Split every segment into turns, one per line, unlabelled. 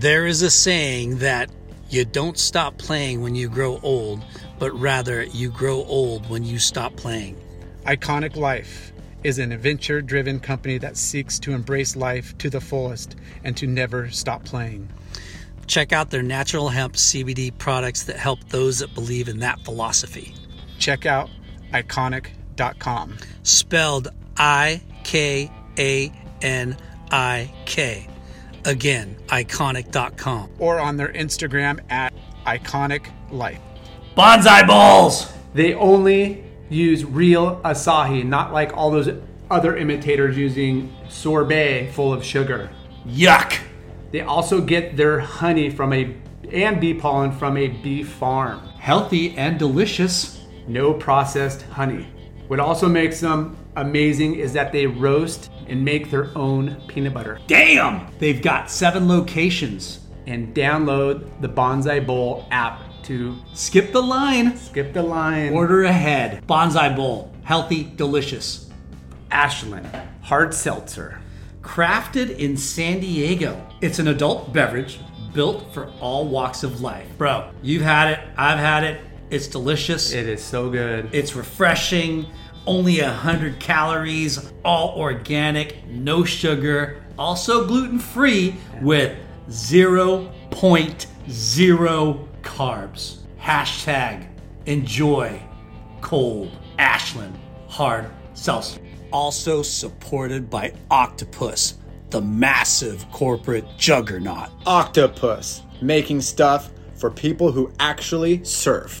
There is a saying that you don't stop playing when you grow old, but rather you grow old when you stop playing.
Iconic Life is an adventure driven company that seeks to embrace life to the fullest and to never stop playing.
Check out their natural hemp CBD products that help those that believe in that philosophy.
Check out iconic.com.
Spelled I K A N I K. Again, iconic.com.
or on their Instagram at Iconic Life.
Bonsai balls!
they only use real asahi, not like all those other imitators using sorbet full of sugar.
Yuck!
They also get their honey from a and bee pollen from a bee farm.
Healthy and delicious.
No processed honey. What also makes them amazing is that they roast and make their own peanut butter
Damn! They've got seven locations.
and download the Bonsai Bowl app to
Skip the line.
skip the line.
Order ahead. Bonsai bowl. Healthy, delicious.
Ashland hard seltzer.
Crafted in San Diego. It's an adult beverage built for all walks of life. Bro, you've had it. I've had it. It's delicious.
It is so good.
It's refreshing, only 100 calories, all organic, no sugar, also gluten free with 0.0 carbs. Hashtag enjoy cold Ashland hard seltzer. Also supported by Octopus, the massive corporate juggernaut.
Octopus, making stuff for people who actually surf.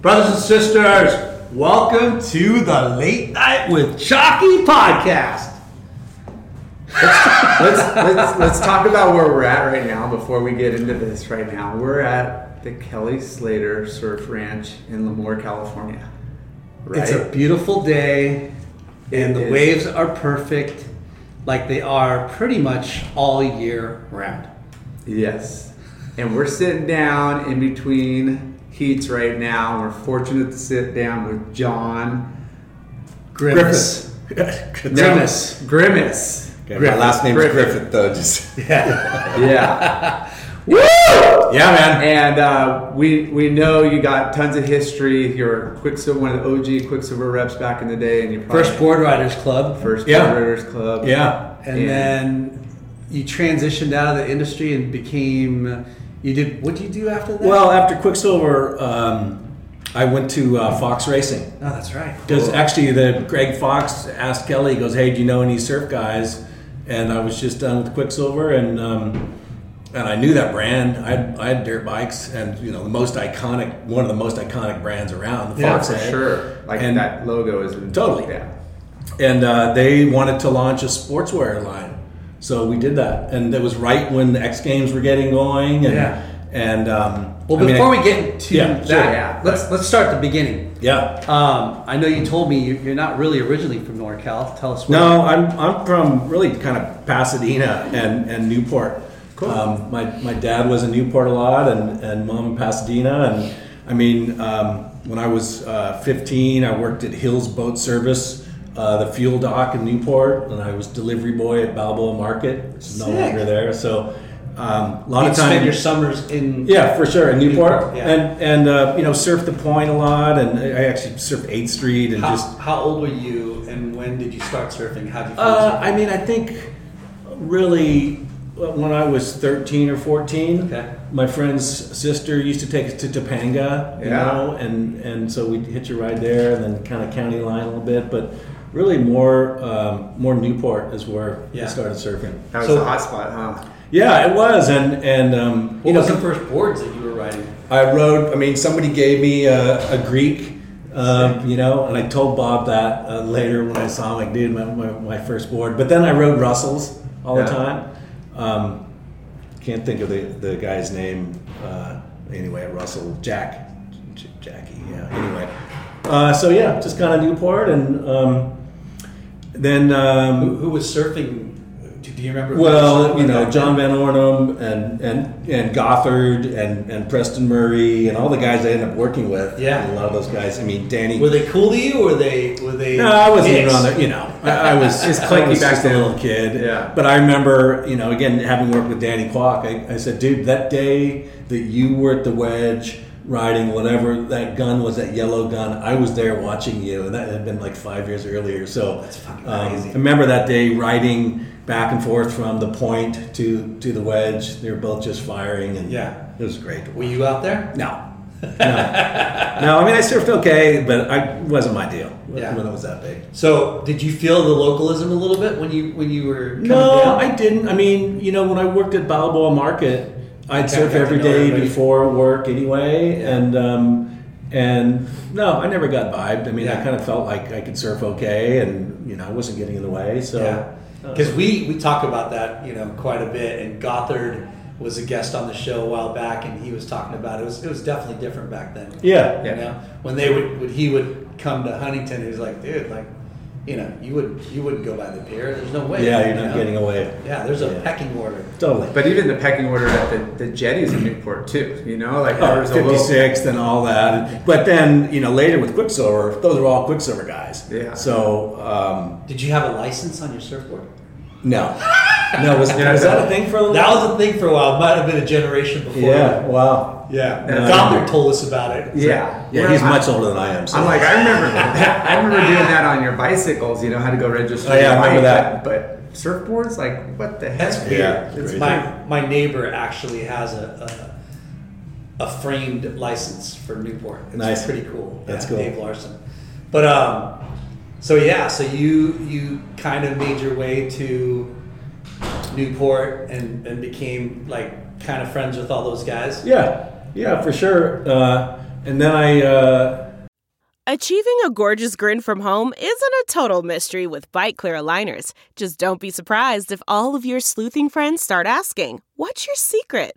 brothers and sisters, welcome to the Late Night with Chalky podcast.
Let's, let's, let's talk about where we're at right now before we get into this right now. We're at the Kelly Slater Surf Ranch in Lemoore, California. Right?
It's a beautiful day, and
It
the
is.
waves are perfect, like they are pretty much all year round.
Yes. And we're sitting down in between heats right now. We're fortunate to sit down with John
Grimace. Grimace.
Grimace.
my last name is
Griffin.
Griffith, though. Just
Yeah.
yeah, man.
And uh, we we know you got tons of history. You're Quicksilver, one of the OG Quicksilver reps back in the day, and you probably
First Board Riders Club.
first
Yeah.
Boarders Club.
Yeah,
and
Yeah.
then you transitioned out of the industry and became you did what did you do after that
Well, after Quicksilver, um, I went to uh, Fox Racing
oh that's right
because actually, the Greg Fox asked Kelly, he goes, "Hey, do you know any surf guys?" And I was just done with Quicksilver, and um, and I knew that brand. I had, I had dirt bikes, and you know, the most iconic, one of the most iconic brands around, the
Yeah,
Fox
for
had.
sure. Like
and,
that logo is
Totally.
Yeah.
and uh, they wanted to launch a sportswear line. So we did that, and that was right when the X Games were getting going, and
Yeah.
and um,
well
I mean,
before
I-
we get into
Yeah,
that
sure. Mm-hmm.
Yeah.
let's let's start the beginning
yeah.
um, i know you told me you- you're not really originally from norcal tell us where
No, I'm, I'm from really kind of Pasadena and, and Newport. Cool. Um, my, my dad was in Newport a lot and, and mom in Pasadena. And I mean, um, when I was uh, 15, I worked at Hills Boat Service, uh, the fuel dock in Newport, and I was delivery boy at Balboa Market. It's no
Sick.
longer there. So um, a lot
you
of time.
spend your summers in
Yeah, for sure in Newport,
Newport, yeah.
and and uh, you know surf the point a lot, and I actually surfed Eighth Street and
how,
just
how old were you and when did you start surfing how did you
Uh, I mean, I think really uh, when I was 13 or 14,
Okay.
my friend's sister used to take us to Topanga, you
Yeah.
know, and and so we'd hitch a ride there, and then kind of county line a little bit, but really more um, more Newport is where
Yeah.
I started surfing.
That was
So-
the hot spot, huh?
Yeah, it was, and and um,
What was the first boards that you were riding?
I rode. I mean, somebody gave me a, a Greek, uh, you know, and I told Bob that uh, later when I saw him, like, dude, my, my, my first board. But then I rode Russells all
Yeah.
the time. Um, can't think of the, the guy's name. Uh, anyway, at Russell Jack, J- Jackie. Yeah. Anyway, uh, so yeah, just kind of Newport, and um, then um,
Who, who was surfing? Do, do you remember? who was
well,
surfing
you know,
back
John
then?
Van Ornum and and and Gothard and and Preston Murray and all the guys I ended up working with.
Yeah.
a lot of those guys. I mean, Danny.
Were they cool to you? Or were they? Were they?
no, I wasn't even
dicks?
on there. You know, I, I was
It's
I
clicky
was
back
just
then.
a little kid.
Yeah.
but I remember, you know, again having worked with Danny Kwok, I, I said, dude, that day that you were at the wedge riding whatever that gun was, that yellow gun, I was there watching you, and that had been like five years earlier. So that's
fucking
I
crazy.
remember that day riding back and forth from the point to to the wedge. They were both just firing, and
Yeah.
it was great.
Were you out there?
No. no, no. I mean, I surfed okay, but I wasn't my deal when-
Yeah.
when it was that big.
So, did you feel the localism a little bit when you when you were? coming
No,
down?
I didn't. I mean, you know, when I worked at Balboa Market, I'd
got
surf
to
every
know
day
everybody.
before work anyway, and um, and no, I never got vibed. I mean,
Yeah.
I kind of felt like I could surf okay, and you know, I wasn't getting in the way. So
Yeah,
Uh-huh.
because we we talk about that you know quite a bit, and Gothard was a guest on the show a while back, and he was talking about it was it was definitely different back then.
yeah,
you know when they would, would he would come to Huntington, he was like, dude, like you know you would you wouldn't go by the pier. There's no way.
yeah,
you
you're not
know?
getting away.
Yeah, there's a
Yeah.
pecking order.
Totally.
But even the pecking order at the, the jetties in Newport too, you know, like there was a little
56 and all that. But then, you know, later with Quicksilver, those are all Quicksilver guys.
Yeah.
So, um,
Did you have a license on your surfboard?
no. No, was,
Yeah,
was
no.
that a thing for a little
That was a thing for a while. Might have been a generation before.
Yeah, wow.
yeah.
No.
Gothard told us about it.
Yeah,
Yeah,
Where
he's
I-
much older than I am. So.
I'm like, I remember that. I remember doing that on your bicycles. You know how to go register.
Oh, yeah, I
your
remember
bike,
that.
But surfboards, like, what the heck?
That's weird.
Yeah,
it's
crazy.
my my neighbor actually has a, a a framed license for Newport. It's
Nice.
pretty cool.
That's
Yeah,
cool.
Dave Larson. But um, so yeah, so you you kind of made your way to Newport and and became like kind of friends with all those guys.
yeah, yeah, for sure. Uh, and then I, uh,
Achieving a gorgeous grin from home isn't a total mystery with bite clear aligners. Just don't be surprised if all of your sleuthing friends start asking, What's your secret?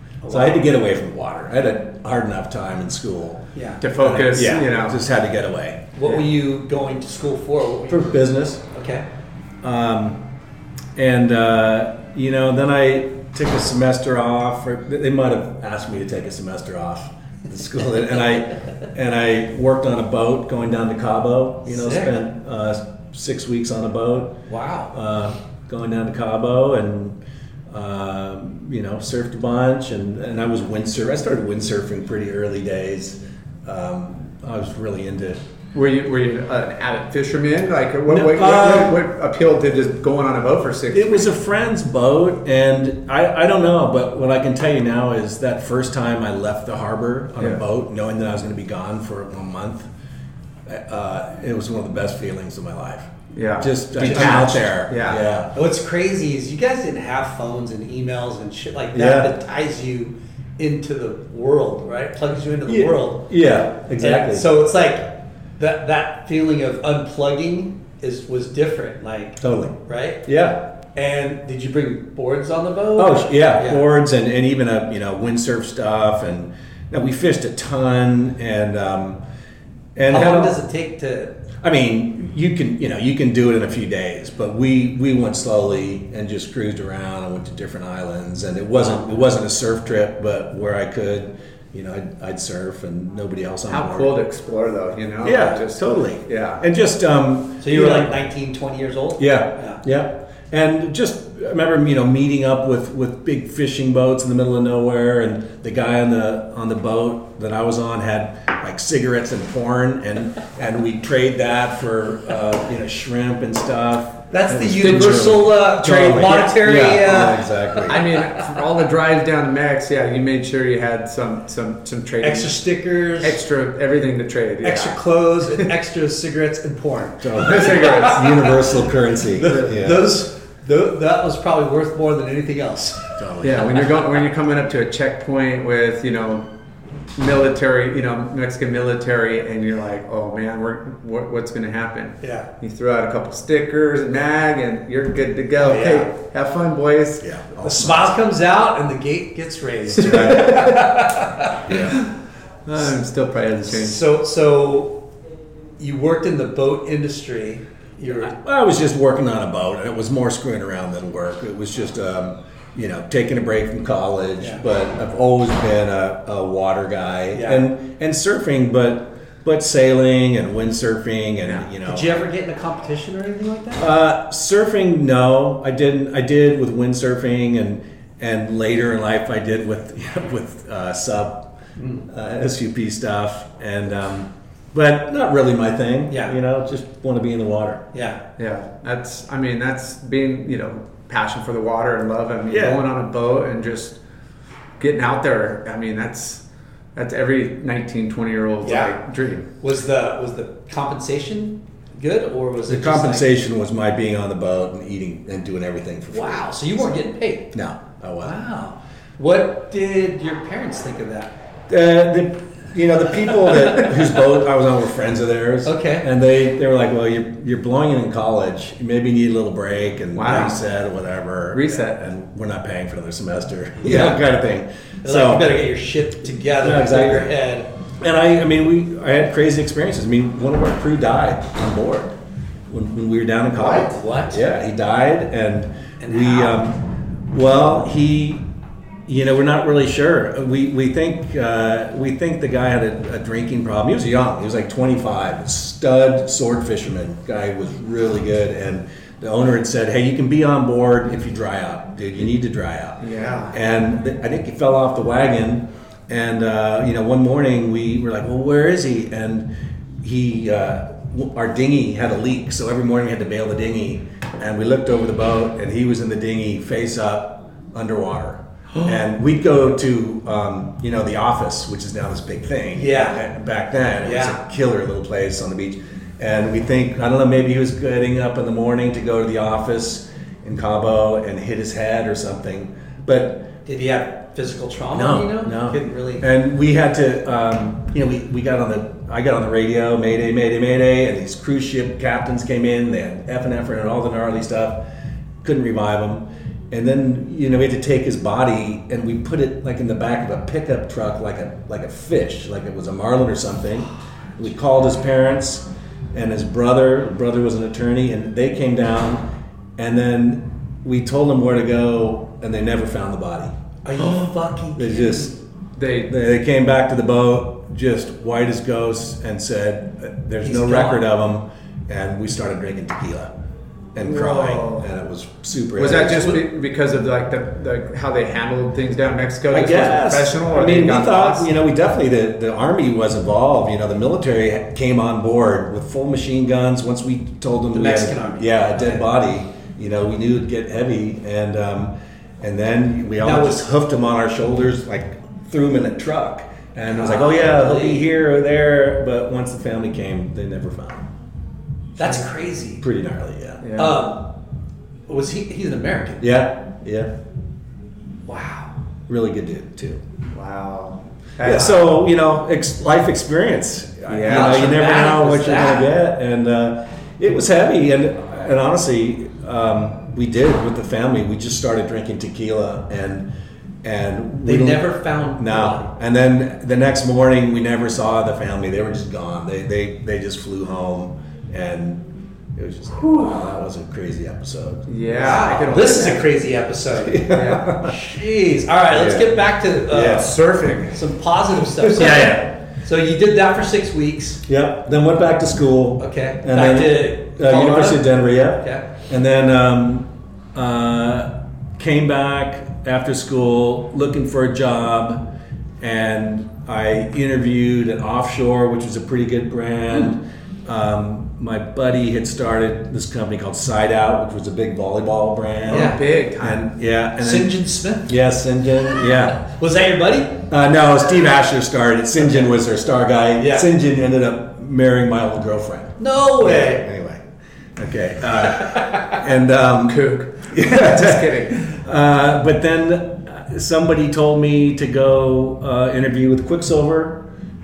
Oh,
So I had to get away from water. I had a hard enough time in school.
Yeah.
To focus,
yeah,
you know.
just had to get away
What were you going to school for? What were
for
you,
business.
okay.
Um, and uh, you know, then I took a semester off. Or they might have asked me to take a semester off the school, and I and I worked on a boat going down to Cabo. You know,
Sick.
spent uh, six weeks on a boat
Wow.
uh, going down to Cabo and um, you know surfed a bunch and, and I was windsurf. I started windsurfing pretty early days. Um, I was really into.
Were you were you an avid fisherman? Like, what,
No,
what,
uh,
what, what, appealed to just going on a boat for six?
It was a friend's boat, and I, I don't know, but what I can tell you now is that first time I left the harbor on
Yeah.
a boat, knowing that I was going to be gone for a month, uh, it was one of the best feelings of my life.
Yeah.
just I'm out
Detached.
there.
Yeah.
yeah.
What's crazy is you guys didn't have phones and emails and shit like that
Yeah.
that ties you into the world, right? Plugs you into the world.
Yeah, exactly.
And so it's like that that feeling of unplugging is was different, like
totally.
right?
Yeah.
And did you bring boards on the boat?
Oh sh- yeah, boards and, and even a you know windsurf stuff and you know, we fished a ton and um, and
How
had
long
a-
does it take to?
I mean, you can you know you can do it in a few days, but we we went slowly and just cruised around and went to different islands, and it wasn't it wasn't a surf trip, but where I could, you know, I'd, I'd surf and nobody else on
How
board.
cool to explore, though, you know?
Yeah,
Like,
totally.
Yeah.
and just um,
So you were
know,
like 19, 20 years old.
yeah, yeah. And just I remember, you know, meeting up with with big fishing boats in the middle of nowhere, and the guy on the on the boat that I was on had like cigarettes and porn, and and we trade that for uh, you know shrimp and stuff.
That's
It
the
was
universal uh,
Totally.
monetary.
Yeah,
uh,
yeah, exactly.
I mean, for all the drives down to Max, yeah, you made sure you had some some some trading
extra stickers, extra,
extra everything to trade. Yeah.
clothes, and extra cigarettes and porn.
cigarettes.
universal currency. yeah.
Those, tho- that was probably worth more than anything else.
Totally.
Yeah, when you're going, when you're coming up to a checkpoint with you know military, you know Mexican military, and you're like, oh man, we're, what, what's going to happen?
Yeah.
You throw out a couple stickers, mag, and you're good to go.
Yeah.
Hey, have fun, boys.
Yeah.
The smile comes out and the gate gets raised.
yeah.
Uh, I'm still probably hasn't changed.
so, so you worked in the boat industry. You're
I was just working on a boat, and it was more screwing around than work. It was just, um, you know, taking a break from college.
Yeah.
But I've always been a, a water guy,
Yeah.
and and surfing, but but sailing and windsurfing, and you know,
Did you ever get in a competition or anything like that?
uh, surfing, no, I didn't. I did with windsurfing, and and later in life, I did with with uh, sub
Hmm.
uh, SUP stuff, and um, but not really my thing.
Yeah.
you know, just want to be in the water.
Yeah.
Yeah, that's. I mean, that's being you know passion for the water and love. I mean,
Yeah.
going on a boat and just getting out there. I mean, that's that's every 19, 20 year old's
Yeah.
like dream.
Was the was the compensation good or was it
The
just like-
compensation was my being on the boat and eating and doing everything for free.
wow. So you weren't getting paid.
No, I wasn't.
Wow. What did your parents think of that?
Uh, the, you know, the people that whose boat I was on were friends of theirs.
Okay.
And they, they were like, well, you're, you're blowing it in college. You maybe need a little break and
Wow.
reset or whatever.
Reset.
And, we're not paying for another semester.
Yeah.
You know, kind of thing.
They're like, you better get your shit together,
Yeah,
clear your
exactly.
head.
And I, I mean, we, I had crazy experiences. I mean, one of our crew died on board when, when we were down in college.
What? What?
Yeah, he died, and,
And
we,
how?
um, well, he, you know, we're not really sure. We we think uh, we think the guy had a, a drinking problem. He was young. He was like 25, stud sword fisherman. Guy was really good, and the owner had said, "Hey, you can be on board if you dry out, dude. You need to dry out."
Yeah.
and th- I think he fell off the wagon. And uh, you know, one morning we were like, "Well, where is he?" And he, uh, w- our dinghy had a leak, so every morning we had to bail the dinghy. And we looked over the boat, and he was in the dinghy, face up, underwater. and we'd go to, um, you know, the office, which is now this big thing.
Yeah.
And Back then, it
Yeah.
was a killer little place on the beach. And we think, I don't know, maybe he was getting up in the morning to go to the office in Cabo and hit his head or something. But
Did he have physical trauma?
no,
you know?
no,
Couldn't really.
And we had to, um, you know, we, we got on the, I got on the radio, Mayday, Mayday, Mayday, and these cruise ship captains came in. They had F and F and all the gnarly stuff. Couldn't revive him. And then you know we had to take his body and we put it like in the back of a pickup truck, like a like a fish, like it was a marlin or something. We called his parents and his brother. Brother was an attorney, and they came down. And then we told them where to go, and they never found the body.
Are you fucking
They just
They
they, they came back to the boat just white as ghosts and said there's
He's
no
gone.
record of him and we started drinking tequila and
Whoa.
crying and it was super
Was that
heavy.
just be, because of like the, the how they handled things down in Mexico?
I
This was
guess.
professional. Or
I
they
mean, we
got
thought
lost?
you know we definitely the, the army was involved. You know, the military came on board with full machine guns. Once we told them the
Mexican army.
yeah, a dead body. You know, we knew it'd get heavy, and um, and then we all
That was-
just hoofed him on our shoulders, like threw him in a truck, and it was like, oh yeah, he'll be here or there. But once the family came, they never found him.
That's crazy.
Pretty gnarly, yeah.
Yeah.
Um, was he? He's an American.
Yeah, yeah,
Wow.
really good dude too.
Wow.
Yeah, so you know, ex- life experience. Yeah, you, know, you
Not
never
bad
know
was
what you're
that.
gonna get, and uh, it was heavy. And and honestly, um, we did with the family. We just started drinking tequila, and and
They
we-
never found
no. And then the next morning, we never saw the family. They were just gone. They they they just flew home, and it was just like, wow, that was a crazy episode.
Yeah. I could only
This is a
imagine.
crazy episode.
Yeah.
Jeez. All right, let's
Yeah.
get back to uh,
Yeah.
Surfing.
some positive stuff. So,
Yeah, yeah.
So you did that for six weeks.
Yep. Then went back to school.
Okay.
And
Back
then,
to
uh,
Colorado?
University of Denver. Yeah.
Okay.
And then um, uh, came back after school looking for a job, and I interviewed at Offshore, which was a pretty good brand. Um, my buddy had started this company called Side Out, which was a big volleyball brand.
Yeah.
Big time.
And yeah, and
St.
then,
John Smith.
yeah, Sinjin, yeah.
Was that your buddy?
Uh, no, Steve Asher started. it. Sinjin was their star guy.
Yeah.
Sinjin ended up marrying my old girlfriend.
No way.
Anyway, okay. Uh, and um,
Kook.
just
Just kidding.
Uh, but then uh, somebody told me to go uh, interview with Quicksilver,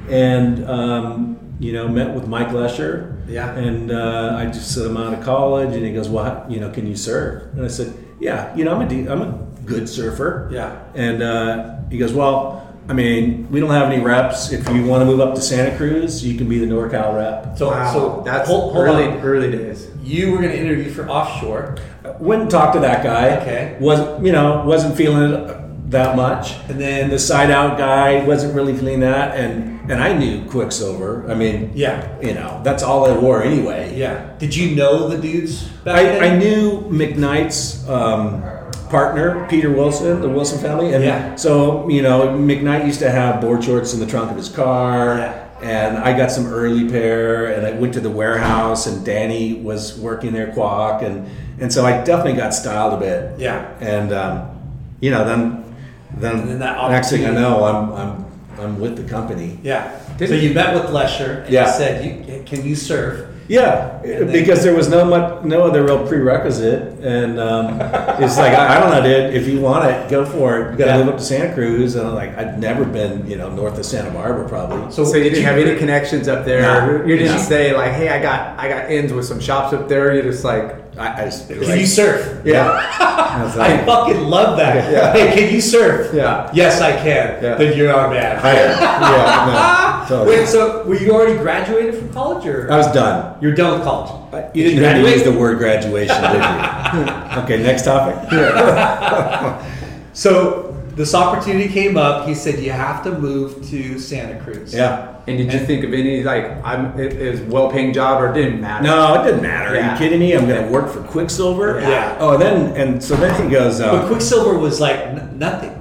and um, you know, met with Mike Lesher.
Yeah.
And uh, I just said I'm out of college, and he goes, "Well, how- you know, can you surf?" And I said, "Yeah, you know, I'm a de- I'm a good surfer."
Yeah.
And uh, he goes, "Well." I mean, we don't have any reps. If you want to move up to Santa Cruz, you can be the NorCal rep.
So,
Wow.
so
that's
hold, hold
early,
on.
early days.
You were going to interview for offshore,
Went and talked to that guy.
Okay.
Was you know wasn't feeling it that much.
and
and
then
the side out guy wasn't really feeling that and and i knew quicksilver i mean
yeah,
you know that's all i wore anyway
yeah. Did you know the dudes back
i,
then?
I knew mcknight's um, partner peter wilson the wilson family and
Yeah.
so you know mcknight used to have board shorts in the trunk of his car
Yeah.
and i got some early pair and i went to the warehouse and danny was working their quack and and so i definitely got styled a bit
Yeah.
and um, you know then then,
And then that
next thing I
opportunity-
know I'm I'm I'm with the company.
Yeah.
Did
so
it-
you met with Lesher and
Yeah.
you said, you, "Can you surf?"
Yeah,
And then-
because there was no much, no other real prerequisite, and um, it's like I, I don't know, dude. If you want it, go for it. You got to
Yeah.
live up to Santa Cruz, and I'm like I'd never been, you know, north of Santa Barbara probably.
So,
So you didn't have any connections up there.
No.
you didn't
No.
say like, "Hey, I got I got ends with some shops up there." You're just like,
I, I just, it was
Can
like-
you surf?
"Yeah,
I was
I
like,
fucking love that.
Yeah.
Hey, can you surf?
yeah,
Yes, I can.
Yeah.
Then you're our man.
I, yeah, no, totally.
Wait, so were you already graduated from college, or Uh,
I was Uh, done.
you're done with college?
You didn't have to use the word graduation, did you? okay, next topic.
So this opportunity came up. He said, "You have to move to Santa Cruz."
Yeah.
And did you think of any like, "I'm it, it was a well-paying job or it didn't matter?"
No, it didn't matter. Are
Yeah.
you kidding me? I'm going to work for Quicksilver.
Yeah.
Oh, and then and so then he goes.
But
Uh,
Quicksilver was like n- nothing.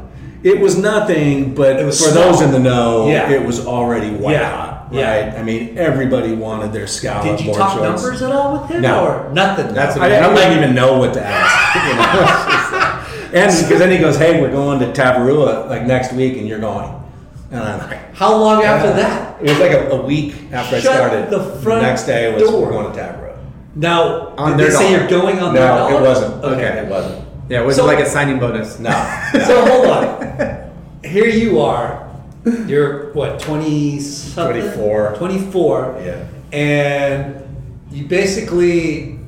it was nothing, but
It was
for
small.
those in the know,
Yeah.
it was already white
Yeah.
hot.
Yeah.
Right? I mean, everybody wanted their scallop.
Did you
board
talk
shorts.
numbers at all with him?
No.
or nothing.
That's
I, I didn't even know what to ask. you know? and because then he goes, "Hey, we're going to Tabarua like next week, and you're going." And I'm like, "Ah."
How long after that?
it was like a, a week after
Shut
I started.
the front
next day was
door.
we're going to Tabarua.
Now,
On
did they
their
say
dollar.
you're going on their
No,
dollar?
it wasn't.
Okay.
it wasn't.
yeah, it was
So-
not like a signing bonus.
No.
So hold on. Here you are. You're what, 20 something?
24.
24.
Yeah.
And you basically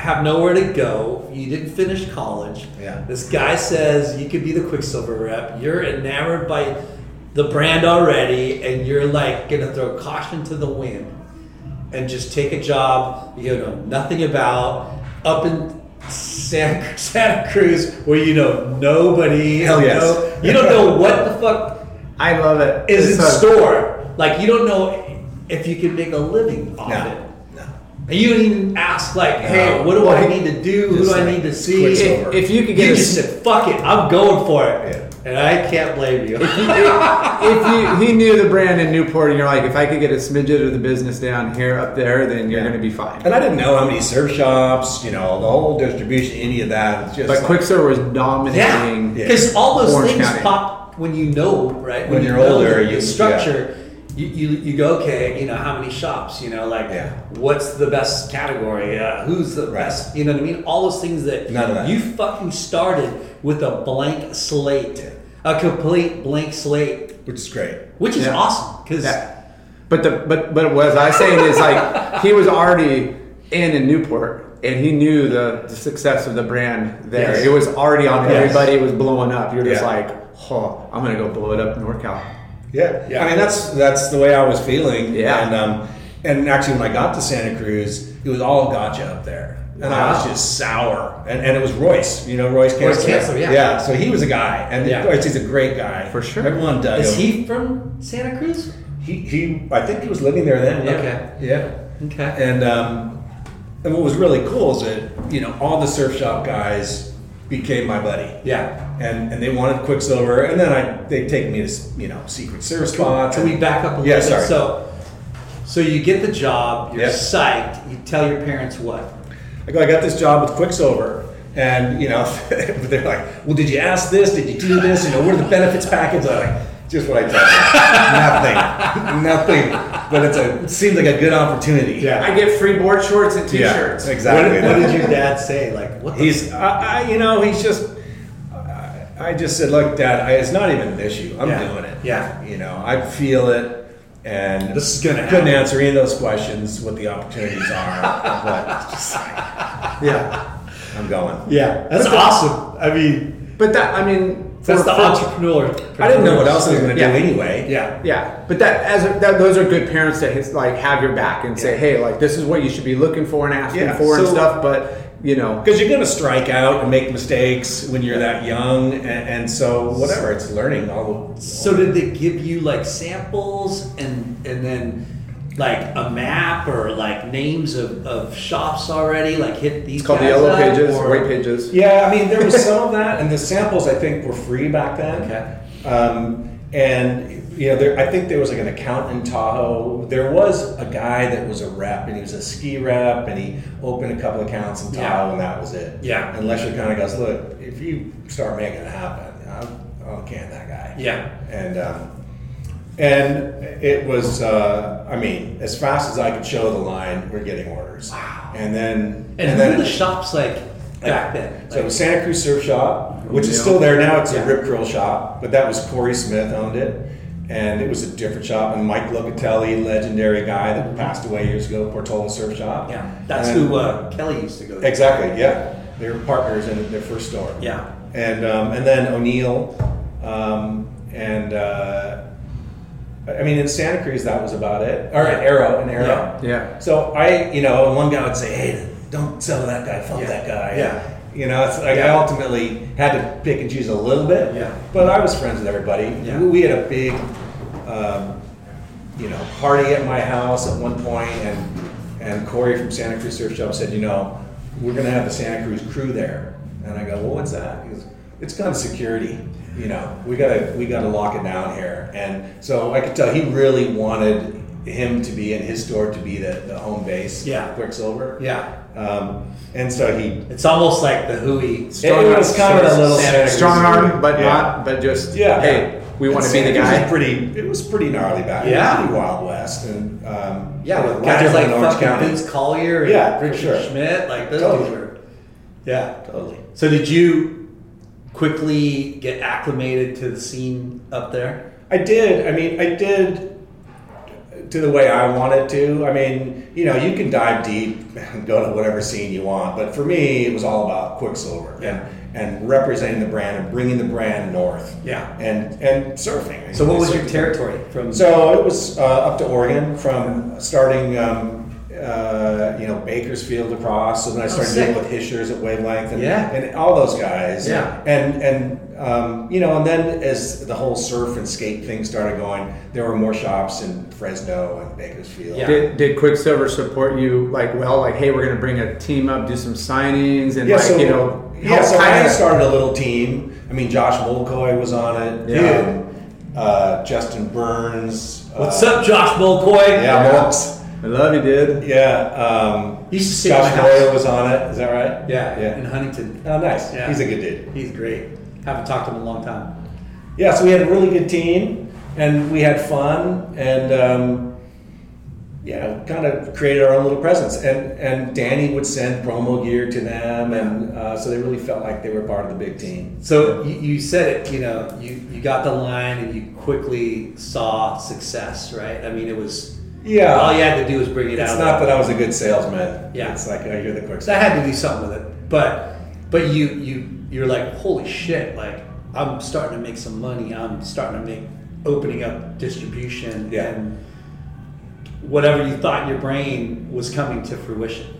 have nowhere to go. You didn't finish college.
Yeah.
This guy says you could be the Quicksilver rep. You're enamored by the brand already, and you're like gonna throw caution to the wind and just take a job you know nothing about up in Santa, Santa Cruz where you know nobody.
Hell
you
yes.
know- you don't know what the fuck
I love it.
is in
It's so-
store. Like you don't know if you can make a living off it.
No. No.
And you don't even ask like, hey,
No.
what do
Well,
I
he-
need to do? Who
just
do I
like
need to see?
clicks
If-
over.
If, if you could get
You
a,
just said, fuck it, I'm going for it. And I can't blame you.
if you he knew the brand in Newport, and you're like, "If I could get a smidget of the business down here, up there, then you're
Yeah.
gonna be fine."
And I didn't know how many surf shops, you know, the whole distribution, any of that. It's just
But
like-
Quicksilver was
yeah.
dominating.
Because all those
Orange
things
County.
pop when you know, right?
When
you
you're
know
older,
the- the
you-
structure. You, you, you go okay you know how many shops you know like
Yeah.
what's the best category uh, who's the
Right.
best you know what I mean all those things that
None of that.
you fucking started with a blank slate a complete blank slate,
which is great.
which is
Yeah.
awesome because
Yeah. But the but but what I was saying is like he was already in in Newport and he knew the, the success of the brand there.
Yes.
It was already on.
Yes.
Everybody was blowing up. You're just
Yeah.
like, oh, I'm gonna go blow it up in NorCal.
Yeah, yeah. I mean, that's that's the way I was feeling.
Yeah.
And um, and actually, when I got to Santa Cruz, it was all gotcha up there, and I was
Wow.
just sour. And, and it was Royce, you know, Royce Kansler.
Kansler, yeah.
Yeah. So he was a guy, and
Yeah.
Royce, he's a great guy
For sure.
Everyone does.
is he from Santa Cruz?
He, he I think he was living there then. Yeah.
Okay.
Yeah.
Okay.
And um, and what was really cool is that you know all the surf shop guys became my buddy.
Yeah.
And and they wanted Quicksilver, and then I they take me to you know secret surf spots.
Can we back up a little
Uh, Yeah,
bit?
sorry.
So, so you get the job, you're
Yes.
psyched, you tell your parents what?
I go, I got this job with Quicksilver. And, you know, they're like, well, did you ask this? Did you do this? You know, what are the benefits package? I'm like, just what I tell you. Nothing. Nothing. But it's a, it seemed like a good opportunity.
I get free board shorts and t-shirts.
Yeah, exactly.
What did your dad say? Like, what the
He's, I, I, you know, he's just, I, I just said, look, Dad, I, it's not even an issue. I'm
Yeah.
doing it.
Yeah.
You know, I feel it. And
This is gonna
I couldn't
happen.
answer any of those questions, what the opportunities are. but it's just like,
Yeah.
I'm going.
Yeah. That's awesome. I mean,
But that I mean,
that's
for-
the
for-
entrepreneur.
I didn't know what else I was going to
Yeah.
do anyway.
Yeah.
Yeah, but that as a, that, those are good parents that his, like have your back and say, hey, like this is what you should be looking for and asking
Yeah,
for and
so-
stuff. But you know,
because you're going to strike out and make mistakes when you're that young and, and so whatever it's learning all the
So did they give you like samples and and then like a map or like names of, of shops already? Like hit these.
it's called the
guys
yellow
up,
pages,
or-
white pages.
yeah i mean there was some of that and the samples i think were free back then
Okay.
um, and you know there, i think there was like an accountant in tahoe there was a guy that was a rep and he was a ski rep and he opened a couple accounts in tahoe
Yeah.
and that was it
Yeah.
and lesher kind of goes look if you start making it happen i'm, I'll can that guy
Yeah.
and um, and it was uh, I mean as fast as I could show the line we're getting orders wow and then
And, who
then
were the shops like back then?
so it
Like,
was Santa Cruz Surf Shop which is still there now it's a rip curl shop but that was Corey Smith owned it and it was a different shop and Mike Locatelli legendary guy that passed away years ago Portola Surf Shop
yeah, that's
And-
who uh, Kelly used to go. to.
Exactly. Yeah, they were partners in their first store.
Yeah.
and um, and then O'Neill, um, and uh, I mean in Santa Cruz that was about it. All right, Arrow and Arrow.
Yeah.
Yeah.
So I, you know, one guy would say, "Hey, don't sell to that guy. Fuck that guy."
Yeah.
You know, it's like I
Yeah.
ultimately had to pick and choose a little bit.
Yeah.
But I was friends with everybody.
Yeah.
We- We had a big. Um, you know, party at my house at one point, and and Corey from Santa Cruz Surf Shop said, you know, we're gonna have the Santa Cruz crew there, and I go, well, what's that? He goes, it's kind of security. You know, we gotta we gotta lock it down here, and so I could tell he really wanted him to be in his store to be the, the home base.
Yeah.
of Quicksilver.
Yeah,
Um, and so he.
it's almost like the Hui.
it was kind of a little
Santa
Santa Cruz
Strong
crew.
arm, but
Yeah.
not, but just
Yeah.
Hey, we
And
want to be the
Santa Cruz
guy.
was pretty, it was pretty gnarly back. then.
Yeah.
Pretty Wild West. And, um,
Yeah, with
lot
guys like
different in Orange
fucking
County.
Vince Collier and
Yeah, for
Richard
sure.
Schmidt, like those
Totally.
dudes were. Yeah.
Totally.
So did you quickly get acclimated to the scene up there?
I did. I mean, I did to the way I wanted to. I mean, you know, you can dive deep and go to whatever scene you want, but for me, it was all about Quicksilver and and representing the brand and bringing the brand north.
Yeah.
And and surfing.
So what was your
Surfing.
territory from?
So it was uh, up to Oregon from starting, um, uh, you know, Bakersfield across, and then I started
Oh, sick.
dealing with Hishers at Wavelength, and,
Yeah.
and all those guys,
Yeah.
and and um, you know, and then as the whole surf and skate thing started going, there were more shops in Fresno and Bakersfield.
Yeah.
Did, did Quicksilver support you like well? Like, hey, we're gonna bring a team up, do some signings, and
Yeah,
like
so,
you know,
yeah,
help
so
kinda-
I started a little team. I mean, Josh Molkoy was on it.
Yeah.
um, Uh, Justin Burns.
What's
uh,
up, Josh Mulcoy?
Yeah, Molks.
I love you, dude.
Yeah. Um,
He used to stay at my
Josh
house.
Boyle was on it. Is that right?
Yeah,
Yeah.
in Huntington.
Oh, nice.
Yeah.
He's a good dude.
He's great. Haven't talked to him in a long time.
Yeah. So we had a really good team, and we had fun, and um, you know, kind of created our own little presence. And and Danny would send promo gear to them, and uh, so they really felt like they were part of the big team.
So you, you said it, you know, you, you got the line and you quickly saw success, right? I mean, it was,
Yeah.
all you had to do was bring it
It's
out.
not that I was a good salesman.
Oh, Yeah.
it's like I hear the quick.
So I had to do something with it. But but you you you're like, holy shit, like I'm starting to make some money. I'm starting to make opening up distribution
Yeah.
and whatever you thought in your brain was coming to fruition.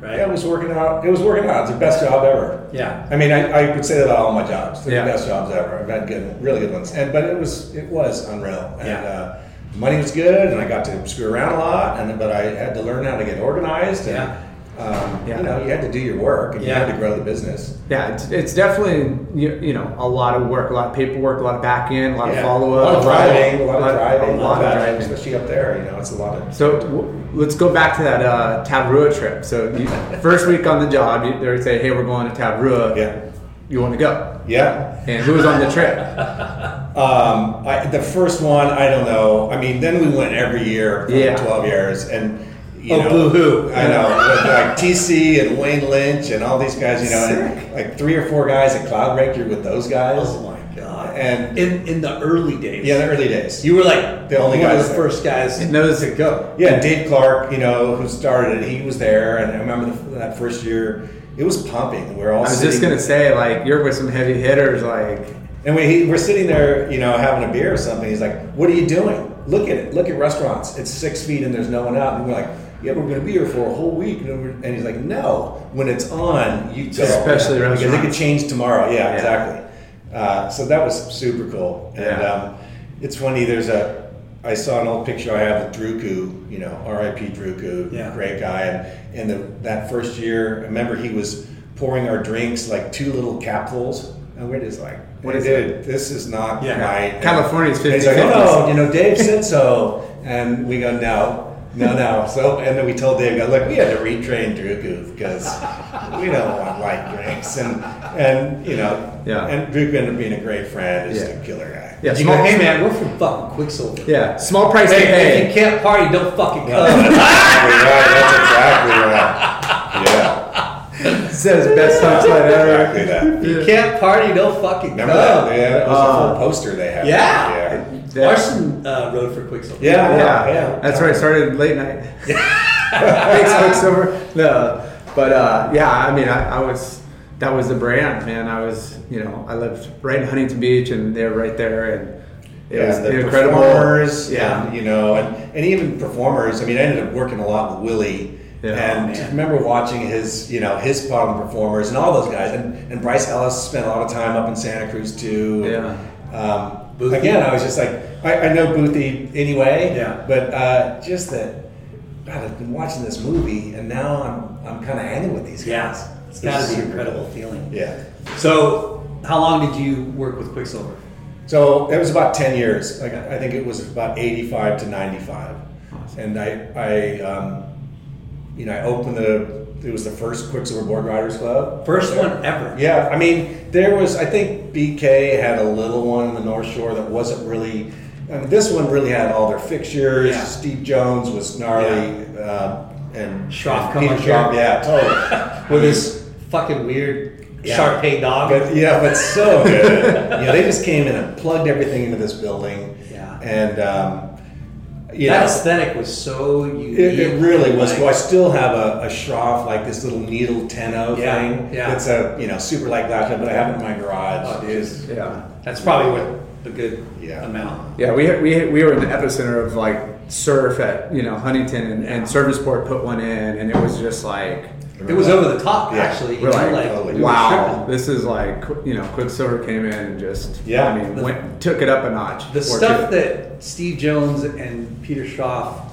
Right?
Yeah, it was working out. It was working out. It's the best job ever.
Yeah.
I mean, I, I could say that about all my jobs. They're the
Yeah.
best jobs ever. I've had good, really good ones. And but it was it was unreal. And
Yeah.
uh, money was good, and I got to screw around a lot. And but I had to learn how to get organized. And,
Yeah.
Um,
Yeah.
You know, you had to do your work, and you
Yeah.
had to grow the business.
Yeah, it's, it's definitely you, you know a lot of work, a lot of paperwork, a lot of back end, a lot
Yeah.
of follow
a
up,
lot of driving, a lot of driving,
a lot of
that,
driving.
especially up there. You know, it's a lot of.
So w- let's go back to that uh, Tavrua trip. So you, first week on the job, you, they say, "Hey, we're going to Tavrua.
Yeah.
You want to go?"
Yeah.
And who was on the trip?
Um, I, the first one, I don't know. I mean, then we went every year for
Yeah.
12 years. And, you
Oh,
know,
boo-hoo.
I know. with, like TC and Wayne Lynch and all these guys, you know, and like three or four guys at Cloudbreaker with those guys.
Oh my god.
And-
in in the early days.
Yeah, the early days.
you were like
The only
one
guys
of the
there.
first guys
And those to go.
Yeah, Dave Clark, you know, who started it, he was there. And I remember the, that first year, it was pumping. We were all
I was
sitting,
just gonna say, like, you're with some heavy hitters, like.
And we, he, we're sitting there, you know, having a beer or something. He's like, "What are you doing? Look at it. Look at restaurants. It's six feet and there's no one out." And we're like, "Yeah, we're going to be here for a whole week." And, we're- and he's like, "No. When it's on, you go.
Especially
because it could
restaurants.
change tomorrow. Yeah,
Yeah.
exactly." Uh, so that was super cool. And
Yeah.
um, it's funny. There's a I saw an old picture I have of Druku. You know, R.I.P. Druku.
Yeah.
Great guy. And, and the, that first year, I remember he was pouring our drinks like two little capfuls. And we're just like,
What
"Hey,
is
dude, this is not
Yeah.
right.
California's
And he's like,
50-50.
"Oh, you know, Dave said so. And we go, no, no, no. So, and then we told Dave, go, look, we had to retrain Druku because we don't want light drinks. And, and you know,
Yeah.
and Druku ended up being a great friend, just
Yeah.
a killer guy.
Yeah,
you go, hey man, we're from fucking Quicksilver.
Yeah, small price to
Hey, if you
pay.
can't party, don't fucking
Yeah,
come.
that's exactly right. Yeah,
Says best punchline ever.
exactly that.
You can't party, don't fucking
Remember
come.
that? Yeah, that was a full poster they had.
Yeah.
Yeah.
Oh. Yeah.
Larson uh, rode for Quicksilver.
Yeah,
Yeah,
yeah, yeah.
That's where I started late night. Thanks, Quicksilver. No, but uh, yeah, I mean, I, I was that was the brand, man. I was, you know, I lived right in Huntington Beach, and they're right there, and it
yeah,
was
the
incredible.
performers,
yeah,
and, you know, and, and even performers. I mean, I ended up working a lot with Willie,
Yeah.
and I remember watching his, you know, his bottom performers and all those guys. And, and Bryce Ellis spent a lot of time up in Santa Cruz too.
Yeah.
Um, again, I was just like, I, I know Boothie anyway.
Yeah.
But uh, just that, God, I've been watching this movie, and now I'm I'm kind of hanging with these
Yeah.
guys.
It's gotta be
super
an incredible
cool.
feeling.
Yeah.
So, how long did you work with Quicksilver?
So it was about ten years. Like I I think it was about eighty-five to ninety-five, and I, I, um, you know, I opened the. It was the first Quicksilver Board Riders Club.
First
Yeah.
one ever.
Yeah, I mean, there was. I think BK had a little one in the North Shore that wasn't really. I mean, this one really had all their fixtures.
Yeah.
Steve Jones was gnarly, uh, and
Schroff
and
come
Peter
up here.
Schroff, yeah, totally.
With his fucking weird
Yeah.
Sharpei dog.
But yeah, but so good. yeah, they just came in and plugged everything into this building.
Yeah.
And um, you
that
know,
aesthetic was so unique.
it, it really was.
Like,
cool. I still have a, a Schroff, like this little needle 10
Yeah,
thing.
yeah.
It's a you know super light laptop, but I have it in my garage.
Oh, dude.
It's-
yeah.
that's probably what a good
Yeah.
amount.
Yeah, we, we, we were in the epicenter of like surf at you know Huntington and, and Serviceport put one in and it was just like
It was over the top,
Yeah.
actually. you
we're
know,
like,
like,
totally.
we were
wow
tripping.
this is like Qu- you know Quicksilver came in and just
Yeah.
I mean went, took it up a notch
The
Or
stuff
two.
that Steve Jones and Peter Schroff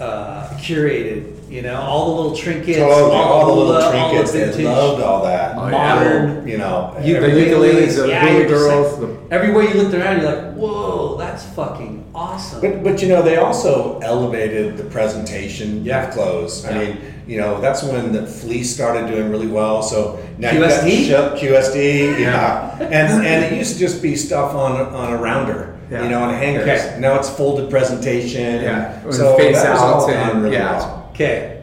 uh, curated, you know, all the little trinkets,
Totally, Oh, all the little trinkets.
the
They
vintage,
loved all that.
Oh, yeah.
modern.
You know,
You-
The
ukuleles,
ukuleles, the
yeah, you're just
girls,
like- everywhere you looked around, you're like, whoa, that's fucking awesome.
But, but you know, they also elevated the presentation
Yeah.
of clothes. I
Yeah.
mean, you know, that's when the fleece started doing really well. So now you got
QSD?
Shep- QSD, yeah. and and it used to just be stuff on on a rounder.
Yeah.
you know, and hangers.
Okay.
Now it's folded presentation.
Yeah,
and so
face
that was all
outs
done
and-
really
yeah.
well.
Okay,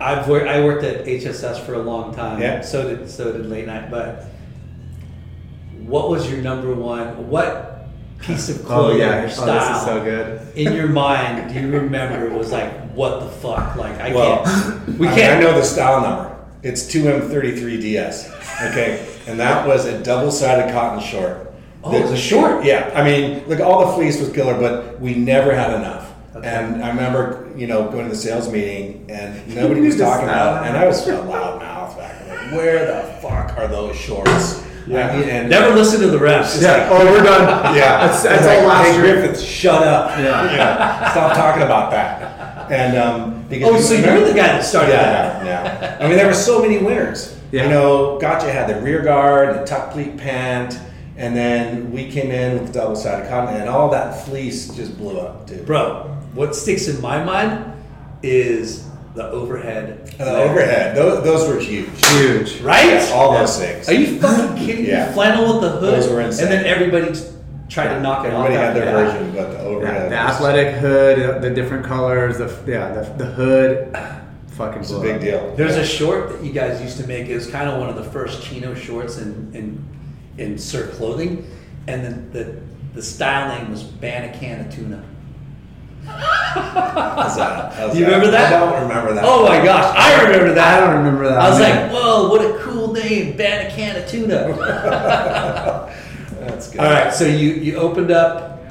I've wor- I worked at HSS for a long time.
Yeah.
So did so did late night. But what was your number one? What piece of
Oh
clothing
yeah,
or
oh,
style
this is so good.
in your mind do you remember was like what the fuck? Like I
Well,
can't. We
I mean,
can't.
I know the style number. It's 2M33DS. Okay. and that was a double sided cotton short.
Oh, it was a short?
Yeah. I mean, look, all the fleece was killer, but we never had enough. And I remember, you know, going to the sales meeting and nobody was talking about it. And I was a loud mouth back. Like, where the fuck are those shorts? Yeah. I mean, and
Never listen to the refs.
Yeah. Oh, we're done.
yeah,
That's, that's
It's like,
all last
hey,
year.
Griffith, shut up. Yeah. Stop talking about that. And um, because
Oh, so you're the guy that started that.
yeah, yeah. I mean, there were so many winners.
Yeah.
You know, Gotcha had the rear guard, the tuck pleat pant, and then we came in with double sided cotton, and all that fleece just blew up, dude.
Bro, what sticks in my mind is the overhead.
And the overhead, those, those were huge.
Huge.
Right?
Yeah, all those things.
Are you fucking kidding
Yeah.
me? Flannel with the hood.
Those were insane.
And then everybody t- tried to knock it off.
Everybody had their
Yeah.
version, but the
Yeah,
overhead.
the
was-
athletic hood, the different colors, the yeah, the, the hood, fucking
It's a big deal.
There's a short that you guys used to make. It was kind of one of the first chino shorts in in, in surf clothing, and then the the style name was ban a can of tuna.
How's that? How's
You remember that?
I don't remember that.
Oh my gosh, I remember that.
I don't remember that.
I was
man.
like, whoa, what a cool name, ban a can of tuna.
That's good.
All right, so you you opened up.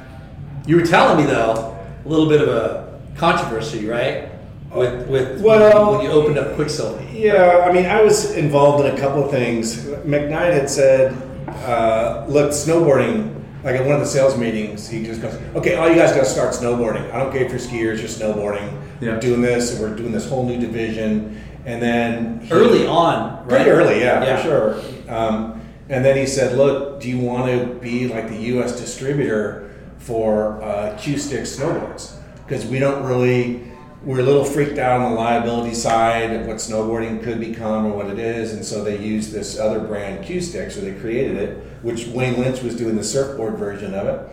You were telling me though a little bit of a controversy, right? With with
Well-
when you opened up Quicksilver.
Yeah, I mean, I was involved in a couple of things. McKnight had said, uh, look, snowboarding, like at one of the sales meetings, he just goes, okay, all you guys got to start snowboarding. I don't care if you're skiers, you're snowboarding.
Yeah.
We're doing this, and we're doing this whole new division. And then he-
Early on, right?
pretty early, yeah, for sure. Um, and then he said, "Look, do you want to be like the U.S. distributor for uh, Q Stick snowboards? Because we don't really, we're a little freaked out on the liability side of what snowboarding could become or what it is, and so they used this other brand, Q Stick, so they created it, which Wayne Lynch was doing the surfboard version of it."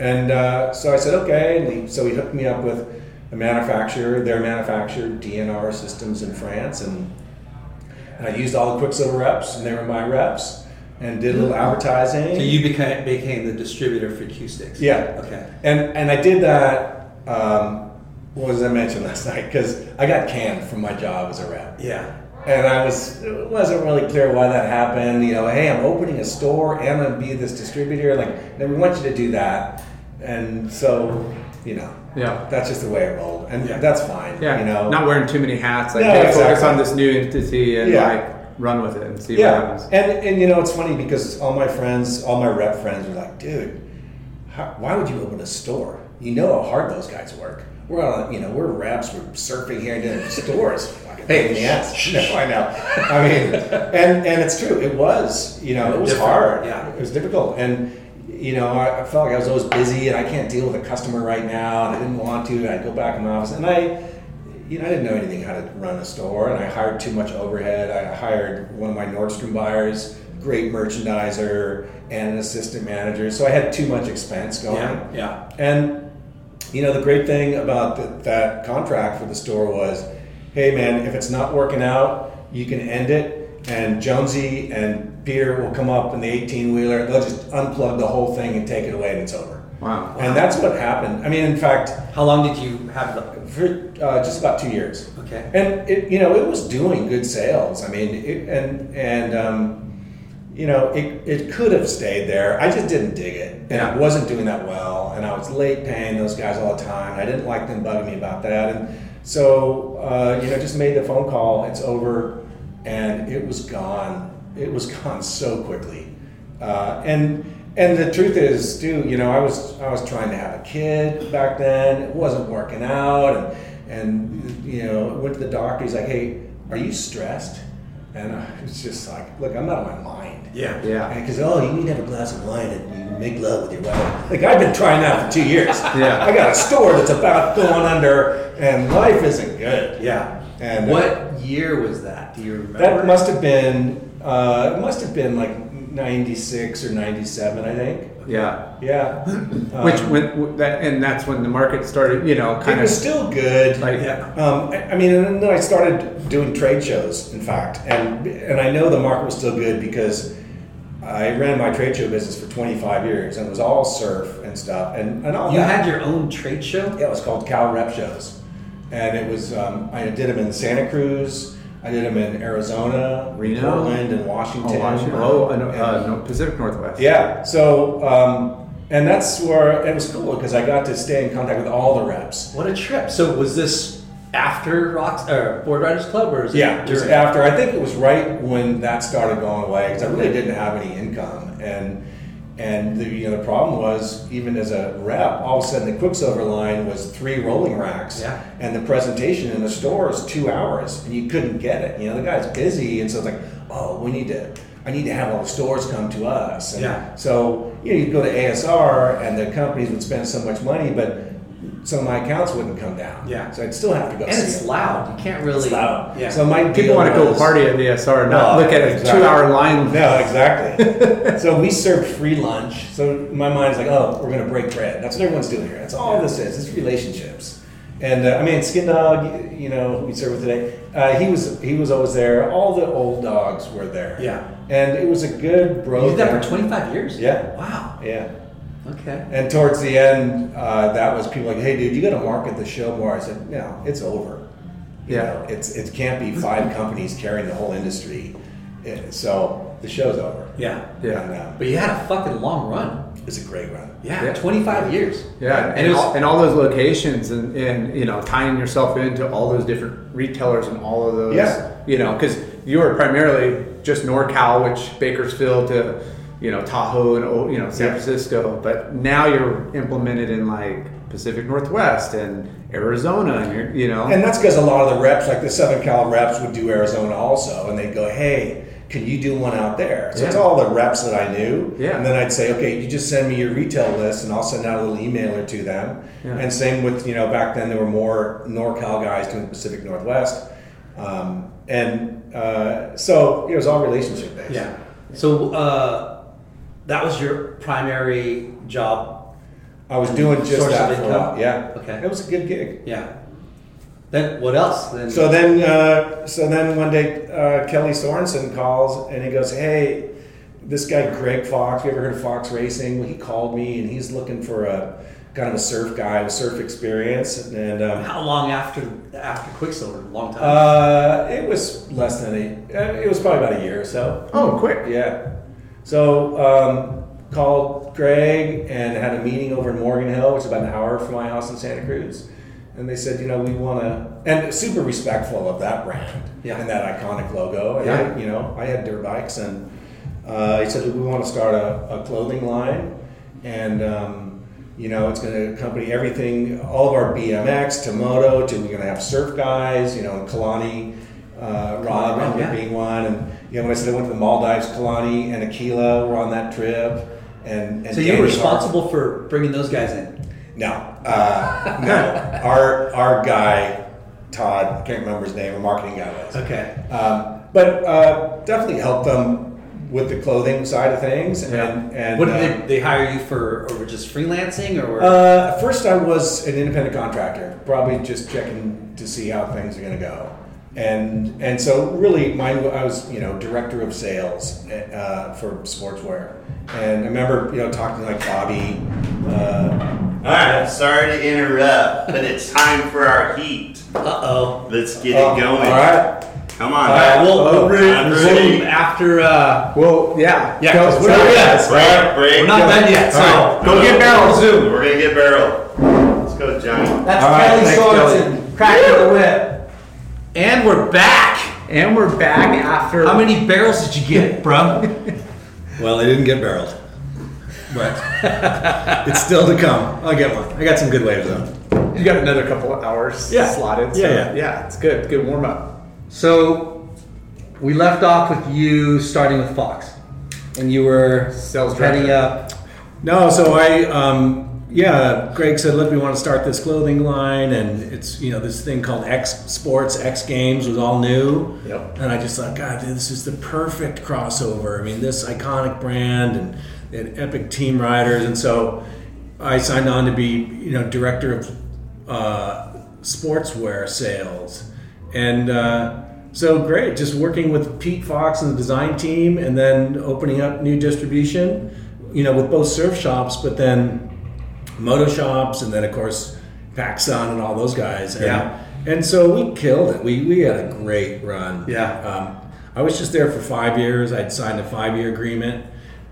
And uh, so I said, okay. And he, so he hooked me up with a manufacturer, their manufacturer, DNR Systems in France. And, and I used all the Quicksilver reps, and they were my reps, and did a little advertising.
Mm-hmm. So you became became the distributor for Q Sticks.
Yeah.
Okay.
And and I did that. Um, what was I mentioned last night? Because I got canned from my job as a rep.
Yeah.
And I was it wasn't really clear why that happened. You know, hey, I'm opening a store and I'm gonna be this distributor. Like, no, we want you to do that. And so, you know,
Yeah.
that's just the way it rolled, and that's fine.
yeah,
you know,
not wearing too many hats. Like,
No,
hey, focus
exactly.
on this new entity and
Yeah.
like run with it and see what
yeah.
happens.
And and you know, it's funny because all my friends, all my rep friends, were like, dude, how, why would you open a store? You know how hard those guys work. We're on, a- you know, we're reps. We're surfing here and doing stores. Fucking pain in the ass. No, I know. I mean, and and it's true. It was, you know, it was
Different,
hard.
yeah.
it was difficult. And you know, I, I felt like I was always busy, and I can't deal with a customer right now, and I didn't want to. And I'd go back in the office, and I, you know, I didn't know anything how to run a store, and I hired too much overhead. I hired one of my Nordstrom buyers, great merchandiser, and an assistant manager. So I had too much expense going.
Yeah. Yeah.
And you know, the great thing about th- that contract for the store was, hey man, if it's not working out, you can end it. And Jonesy and Peter will come up in the 18 wheeler. They'll just unplug the whole thing and take it away, and it's over.
Wow.
And that's what happened. I mean, in fact,
How long did you have the?
for uh, just about two years.
Okay.
And it, you know, it was doing good sales. I mean, it, and and um, you know, it, it could have stayed there. I just didn't dig it, and
Yeah.
it wasn't doing that well. And I was late paying those guys all the time. I didn't like them bugging me about that. And so, uh, you know, just made the phone call. It's over, and it was gone. It was gone so quickly. Uh, and and the truth is, Stu, you know, I was I was trying to have a kid back then. It wasn't working out, and and you know, went to the doctor. He's like, "Hey, are you stressed?" And I was just like, "Look, I'm not on my mind."
Yeah.
Yeah.
Because oh, you need to have a glass of wine and make love with your wife. Like I've been trying that for two years.
Yeah.
I got a store that's about going under, and life isn't good.
Yeah.
And uh,
what year was that? Do you remember?
that must have been uh, it must have been like 96 or 97 i think
Yeah.
Yeah.
Which
Um,
when w- that and that's when the market started, you know, kind
it
of
was still good.
Like-
yeah. um, I, I mean, and then I started doing trade shows, in fact, and and I know the market was still good because I ran my trade show business for 25 years, and it was all surf and stuff, and and all
You
that.
had your own trade show?
Yeah, it was called Cal Rep Shows, and it was um, I did them in Santa Cruz, I did them in Arizona,
Reno?
Portland, and Washington.
Oh, Washington. Oh, I know, uh, no, Pacific Northwest.
Yeah. So, um, and that's where it was cool because I got to stay in contact with all the reps.
What a trip. So was this after Rocks or Board Riders Club or is it
Yeah. Just
during?
after, I think it was right when that started going away because I really didn't have any income, and and the you know the problem was even as a rep, all of a sudden the Quicksilver line was three rolling racks,
Yeah.
and the presentation in the store is two hours, and you couldn't get it. You know, the guy's busy, and so it's like, oh, we need to. I need to have all the stores come to us. And
Yeah.
So you know, you'd go to ASR, and the companies would spend so much money, but some of my accounts wouldn't come down.
Yeah.
So I'd still have to go.
And
see
it's
them.
loud. You can't really.
It's loud.
Yeah.
So my
People want to go party at the SR, not look at a two-hour line.
No, exactly. so we served free lunch. So in my mind's like, oh, we're gonna break bread. That's what everyone's doing here. That's all this is. It's relationships. And uh, I mean, Skin Dog, you know, who we served with today. Uh, he was he was always there. All the old dogs were there.
Yeah.
And it was a good bro.
You did that
thing.
for 25 years?
Yeah.
Wow.
Yeah.
Okay.
And towards the end, uh, that was people like, "Hey, dude, you got to market the show more." I said, "No, it's over. You
Yeah.
know, it's it can't be five companies carrying the whole industry. Yeah, so the show's over.
Yeah.
Yeah.
and, uh,
But you had a fucking long run.
it's a great run.
Yeah.
Yeah.
25 years.
Yeah, and,
it was-
all, and all those locations, and, and you know, tying yourself into all those different retailers and all of those.
Yeah.
You know, because you were primarily just NorCal, which Bakersfield to, you know, Tahoe and oh, you know San
Yeah.
Francisco, but now you're implemented in like Pacific Northwest and Arizona, and you're, you know,
And that's because a lot of the reps, like the Southern Cal reps, would do Arizona also, and they'd go, "Hey, can you do one out there?" So it's
Yeah.
all the reps that I knew.
Yeah.
And then I'd say, "Okay, you just send me your retail list, and I'll send out a little emailer to them."
Yeah.
And same with you know back then there were more NorCal guys doing Pacific Northwest, um, and uh, so it was all relationship based.
Yeah. So uh, that was your primary job.
I was doing just
Source
that
of
for a
income?
while. Yeah.
Okay.
It was a good gig.
Yeah. Then what else? Then
So then, uh, so then one day, uh, Kelly Sorensen calls and he goes, "Hey, this guy Greg Fox. You ever heard of Fox Racing? Well, he called me and he's looking for a kind of a surf guy with surf experience." And um,
how long after after Quicksilver? Long time.
uh, it was less than a. uh, It was probably about a year or so.
oh, quick,
Yeah. So um, called Greg and had a meeting over in Morgan Hill, which is about an hour from my house in Santa Cruz. And they said, you know, we want to, and super respectful of that brand
Yeah.
and that iconic logo. And
Yeah.
I, you know, I had dirt bikes, and uh, he said, we want to start a, a clothing line, and um, you know, it's going to accompany everything, all of our BMX to moto, to we're going to have surf guys, you know, and Kalani. Uh, Rob
Kalani,
ended
yeah.
up being one, and you know, when I said I went to the Maldives, Kalani and Aquila were on that trip, and, and
so you
Danny
were
Har-
responsible for bringing those guys in.
no, uh, no, our our guy Todd, I can't remember his name, a marketing guy was.
Okay.
Um, but uh, definitely help them with the clothing side of things. And, and
what
uh,
did they, they hire you for? Or just freelancing? Or
Uh, first, I was an independent contractor, probably just checking to see how things are going to go. And and so really, mine I was you know director of sales uh, for sportswear, and I remember you know talking to like Bobby. Uh,
All right, sorry to interrupt, but it's time for our heat.
uh oh.
Let's get
oh,
it going.
All right.
Come on.
All right, we'll,
Oh,
we'll resume
I'm ready.
after. Uh,
well, yeah,
yeah,
Go-
'cause we're,
go-
not- yeah,
Break, break.
we're not done yet. So
Go get barrel zoom. We're gonna get barrel. Let's go, Johnny.
that's
All right, thanks,
Kelly Sorensen cracking the whip, and we're back.
and we're back after
How many barrels did you get, bro?
Well, I didn't get barreled, but it's still to come. I'll get one. I got some good waves though.
you got another couple of hours
Yeah.
slotted, so,
Yeah, yeah.
yeah, it's good, good warm up.
So we left off with you starting with Fox, and you were
Sales
heading
director.
up.
No, so I, um,
yeah, Greg said, look, we want to start this clothing line, and it's you know this thing called X Sports, X Games was all new.
Yep.
And I just thought, God, this is the perfect crossover. I mean, this iconic brand and they had epic team riders, and so I signed on to be you know director of uh, sportswear sales, and. Uh, so great, just working with Pete Fox and the design team, and then opening up new distribution, you know, with both surf shops, but then moto shops, and then of course Paxson and all those guys. And,
Yeah.
And so we killed it. We we had a great run.
Yeah.
Um, I was just there for five years. I'd signed a five year agreement,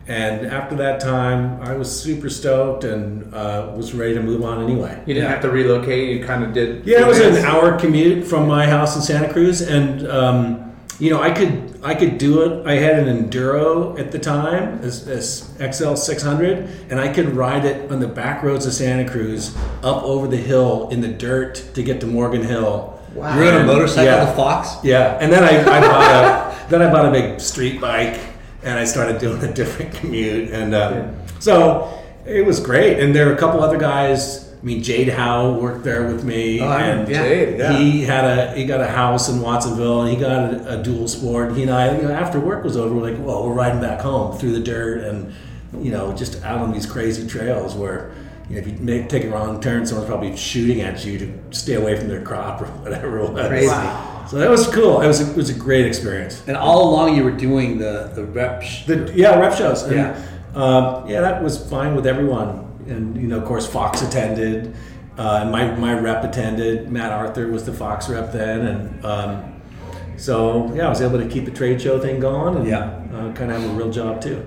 and after that time, I was super stoked and uh, was ready to move on anyway.
You didn't have to relocate. You kind of did.
Yeah, it was an hour commute from my house in Santa Cruz, and um, you know, I could I could do it. I had an enduro at the time, this, this XL 600, and I could ride it on the back roads of Santa Cruz, up over the hill in the dirt to get to Morgan Hill.
Wow. You rode a
And-
motorcycle with Fox?
Yeah, and then I, I bought a then I bought a big street bike, and I started doing a different commute, and um, so it was great. And there were a couple other guys. I mean, Jade Howe worked there with me,
Oh, I
and
remember Jade, yeah.
he had a he got a house in Watsonville, and he got a, a dual sport. He and I, you know, after work was over, we're like, well, we're riding back home through the dirt, and you know, just out on these crazy trails where. You know, if you make, take a wrong turn, someone's probably shooting at you to stay away from their crop or whatever it was.
Crazy.
So that was cool. It was a, it was a great experience.
And all along, you were doing the the rep. Sh-
The, yeah, rep shows. And,
Yeah.
um, yeah, that was fine with everyone. And you know, of course, Fox attended. Uh, and my my rep attended. Matt Arthur was the Fox rep then, and um, so yeah, I was able to keep the trade show thing going, and
Yeah.
uh, kind of have a real job too.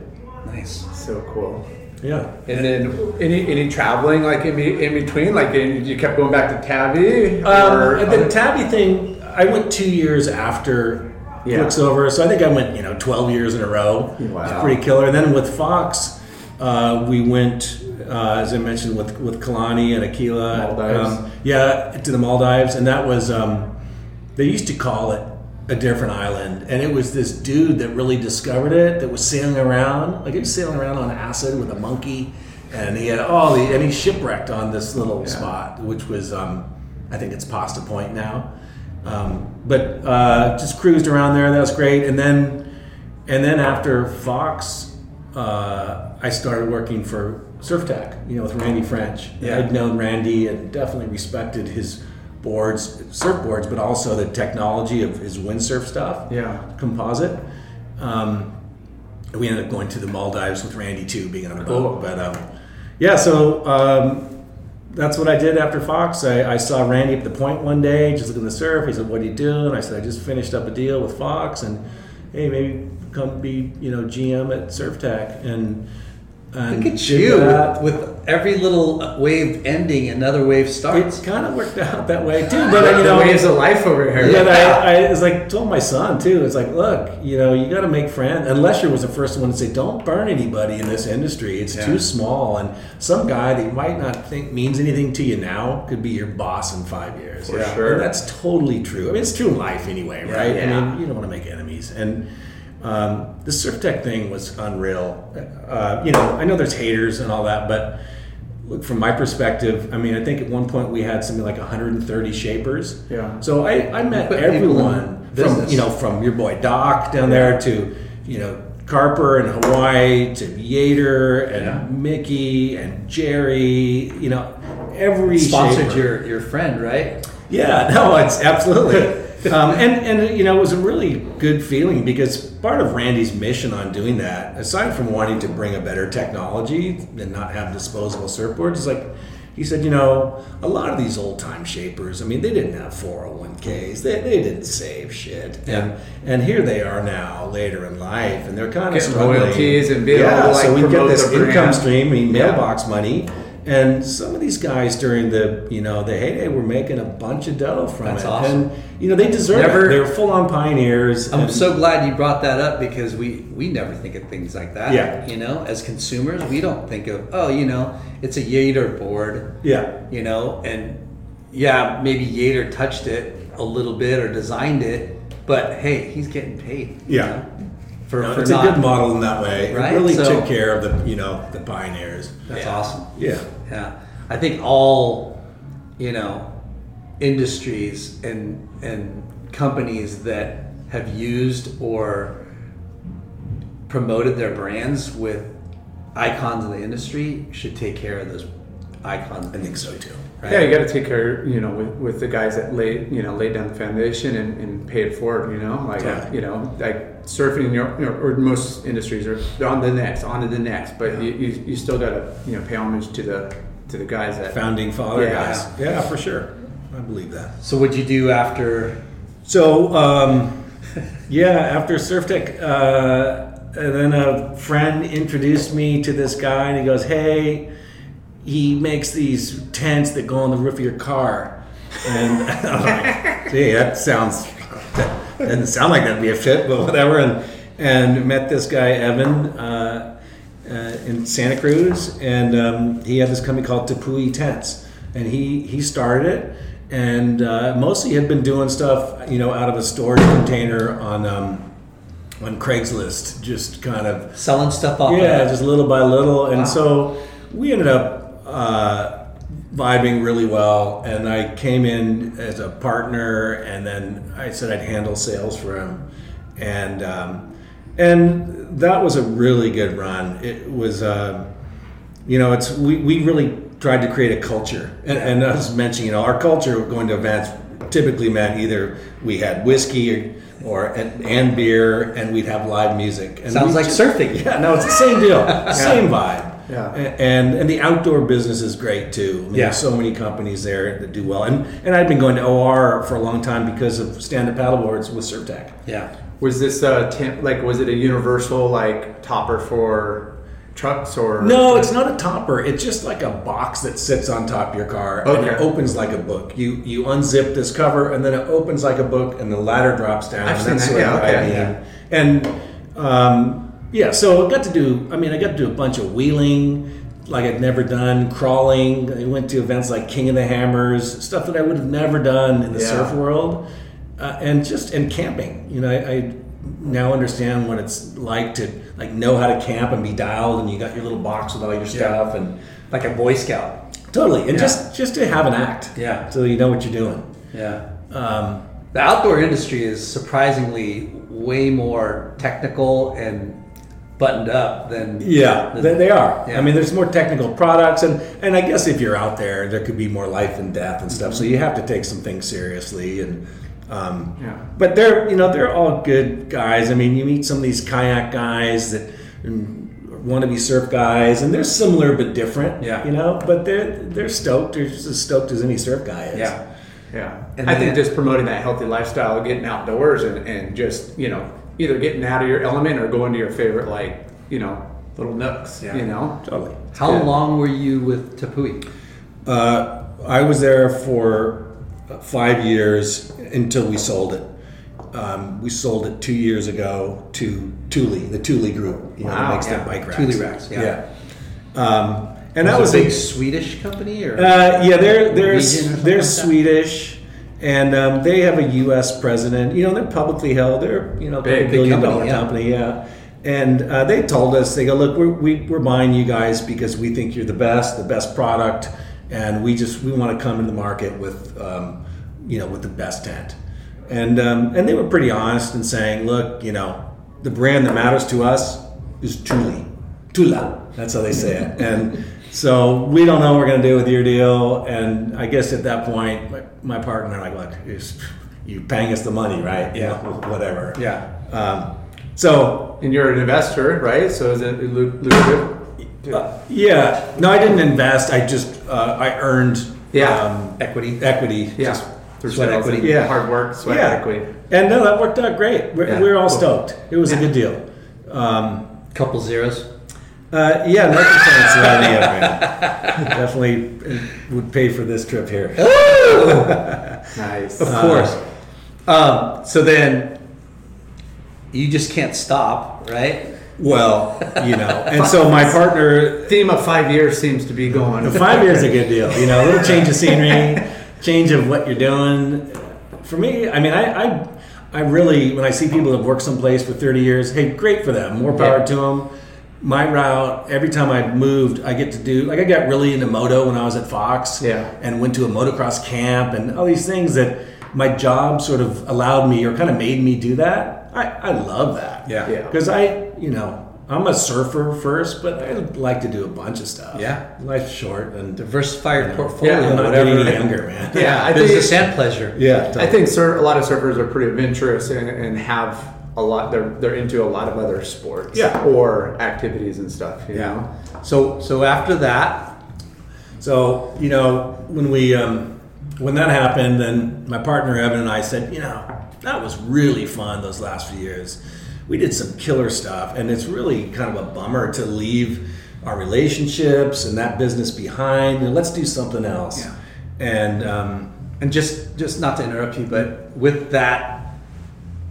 nice.
So cool.
Yeah.
And then any any traveling like in, be- in between like in, you kept going back to Tabby or
Um, the
other-
Tabby thing, I went two years after
Yeah.
Quicksilver, so I think I went you know twelve years in a row. It was
Wow.
pretty killer. And then with Fox, uh, we went uh, as I mentioned with with Kalani and Aquila.
Maldives.
Um, yeah, to the Maldives, and that was um, they used to call it a different island, and it was this dude that really discovered it that was sailing around, like he was sailing around on acid with a monkey, and he had all the and he shipwrecked on this little spot, which was um, I think it's Pasta Point now, um, but uh, just cruised around there. That was great, and then and then after Fox, uh, I started working for SurfTech, you know, with Randy French.
Yeah.
I'd known Randy and definitely respected his boards, surfboards, but also the technology of his windsurf stuff.
Yeah.
Composite. Um, we ended up going to the Maldives with Randy too, being on a boat. But um, yeah, so um, that's what I did after Fox. I, I saw Randy at the point one day, just looking at the surf. He said, "What are you doing?" I said, "I just finished up a deal with Fox, and hey, maybe come be you know GM at SurfTech." And, and
Look at
did
you
that.
with every little wave ending, another wave starts.
It kind of worked out that way too, but you know,
the waves of life over here.
Yeah, and I, I was like told my son too. It's like, look, you know, you got to make friends. And Lesher was the first one to say, don't burn anybody in this industry. It's too small, and some guy that you might not think means anything to you now could be your boss in five years.
For sure.
and that's totally true. I mean, it's true in life anyway,
Yeah.
right?
Yeah.
I mean, you don't want to make enemies. And um, the surf tech thing was unreal. Uh, you know, I know there's haters and all that, but look from my perspective i mean i think at one point we had something like 130 shapers
Yeah.
so i, I met
Put people in
everyone from
business.
you know from your boy doc down there to you know carper in hawaii to yater and mickey and jerry you know every
Sponsored
shaper.
your your friend, right?
Yeah, no, it's absolutely. um, and, and, you know, it was a really good feeling because part of Randy's mission on doing that, aside from wanting to bring a better technology and not have disposable surfboards, is like, he said, you know, a lot of these old time shapers, I mean, they didn't have 401ks, they, they didn't save shit. And and here they are now, later in life, and they're kind of
Getting
struggling.
royalties and being able
yeah,
to, like,
so we get
promote
this
the brand.
income stream, I mean, mailbox money. And some of these guys during the you know the heyday were making a bunch of dough from
That's
it,
awesome.
and you know they deserve
Never-
it. They were full on pioneers.
I'm
and-
so glad you brought that up because we we never think of things like that.
Yeah.
You know, as consumers, we don't think of oh, you know, it's a Yater board.
yeah.
You know, and yeah, maybe Yater touched it a little bit or designed it, but hey, he's getting paid. you
Yeah.
know, for,
No,
for
it's a
not-
good model in that way.
Right?
It really
So-
took care of the you know the pioneers.
That's awesome.
Yeah.
yeah. I think all you know industries and and companies that have used or promoted their brands with icons of the industry should take care of those icons. I think so too.
Yeah, you got to take care, you know, with, with the guys that laid, you know, laid down the foundation and, and pay it forward, you know, like,
Totally.
you know, like surfing, you know, you know, or most industries are they're on the next, on to the next, but you, you, you still got to, you know, pay homage to the, to the guys that
Founding father
Yeah.
guys. Yeah, for sure. I believe that.
So what'd you do after?
So um, yeah, after Surf Tech, uh, and then a friend introduced me to this guy, and he goes, "Hey, he makes these tents that go on the roof of your car." And I'm like, "Gee, that sounds that doesn't sound like that'd be a fit, but whatever." And and met this guy Evan uh, uh, in Santa Cruz, and um, he had this company called Tapui Tents, and he he started it, and uh, mostly had been doing stuff you know out of a storage container on. Um, on Craigslist, just kind of
selling stuff off.
Yeah,
of it.
just little by little, and
Wow.
so we ended up uh, vibing really well. And I came in as a partner, and then I said I'd handle sales for him, and um, and that was a really good run. It was. Uh, you know, it's we, we really tried to create a culture. And, and I was mentioning, you know, our culture of going to events typically meant either we had whiskey or, or and, and beer, and we'd have live music. And
Sounds
we
like surfing.
Yeah, no, it's the same deal, same vibe.
Yeah.
A- And and the outdoor business is great too. I mean,
Yeah.
There's so many companies there that do well. And and I've been going to OR for a long time because of stand-up paddleboards with SurfTech.
Yeah.
Was this a tent, like, was it a universal, like, topper for trucks or?
No, it's not a topper. It's just like a box that sits on top of your car and it
Okay.
opens like a book. You you unzip this cover and then it opens like a book and the ladder drops down.
I've
and
seen
that's
that.
sort of
Yeah,
the
okay.
idea. And um, yeah, so I got to do. I mean, I got to do a bunch of wheeling. Like I'd never done crawling. I went to events like King of the Hammers, stuff that I would have never done in the
Yeah.
surf world, uh, and just and camping. You know, I, I now understand what it's like to like know how to camp and be dialed, and you got your little box with all your stuff, and
like a Boy Scout.
Totally, and
Yeah.
just just to have an act.
Yeah.
so you know what you're doing.
Yeah. Um, the outdoor industry is surprisingly way more technical and buttoned up than
Yeah,
than-
they, they are.
Yeah.
I mean, there's more technical products, and and I guess if you're out there, there could be more life and death and stuff. So
Mm-hmm.
you have to take some things seriously, and um,
Yeah.
but they're you know they're all good guys. I mean, you meet some of these kayak guys that want to be surf guys, and they're similar but different.
Yeah.
you know, but they're they're stoked. They're just as stoked as any surf guy is.
yeah.
Yeah.
And
I think
then-
just promoting that healthy lifestyle, getting outdoors and, and just, you know, either getting out of your element or going to your favorite, like, you know, little nooks,
Yeah.
you know?
totally.
How long were you with Tapui?
Uh, I was there for uh, five years until we sold it. Um, we sold it two years ago to Thule, the Thule Group. You know, that
Wow,
makes
yeah.
that bike racks.
Thule racks, yeah.
Um, and that was
a big Swedish company, or
uh, yeah, they're they're
Norwegian or something
they're
like that?
Swedish, and um, they have a U.S. president. You know, they're publicly held. They're you know
Big, big
billion
company,
dollar
yeah.
company. Yeah, and uh, they told us they go look, we're, we, we're buying you guys because we think you're the best, the best product, and we just we want to come into the market with um, you know with the best tent. And um, and they were pretty honest in saying, look, you know, the brand that matters to us is Thule. Tula. That's how they say it. And so we don't know what we're going to do with your deal. And I guess at that point, my, my partner and I go, like, "Is- you paying us the money, right? You
Yeah.
know, whatever.
Yeah.
Um, so,
And you're an investor, right? So is it lu- lucrative?
uh, yeah. No, I didn't invest. I just, uh, I earned
Yeah.
um,
equity?
equity.
Yeah.
Just
Through
sweat
sales
equity.
and
Yeah.
Hard work, sweat
yeah.
equity.
And no, that worked out great. We're,
Yeah.
we're all
Cool.
stoked. It was a good deal. Um,
couple zeros.
Uh, yeah, no complaints about any of it. Definitely would pay for this trip here.
Nice.
Of course. Um, so then you just can't stop, right?
Well, you know, and so my partner,
Theme of five years seems to be going.
five years is a good deal. You know, a little change of scenery, change of what you're doing. For me, I mean, I, I, I really, when I see people that have worked someplace for 30 years, hey, great for them. More power to them. My route, every time I moved, I get to do, like, I got really into moto when I was at Fox
Yeah.
and went to a motocross camp and all these things that my job sort of allowed me or kind of made me do that. I, I love that.
Yeah. Yeah.
Because I, you know, I'm a surfer first, but I like to do a bunch of stuff.
Yeah.
Life's short and
diversify your portfolio.
I'm not
whatever.
getting any younger, man.
Yeah, I think-
business and pleasure.
Yeah,
I think sur- a lot of surfers are pretty adventurous and, and have a lot. They're they're into a lot of other sports,
Yeah.
or activities and stuff. You know?
So so after that, so you know when we um, when that happened, then my partner Evan and I said, you know, that was really fun those last few years. We did some killer stuff, and it's really kind of a bummer to leave our relationships and that business behind, and let's do something else.
Yeah.
And um,
And just just not to interrupt you, but with that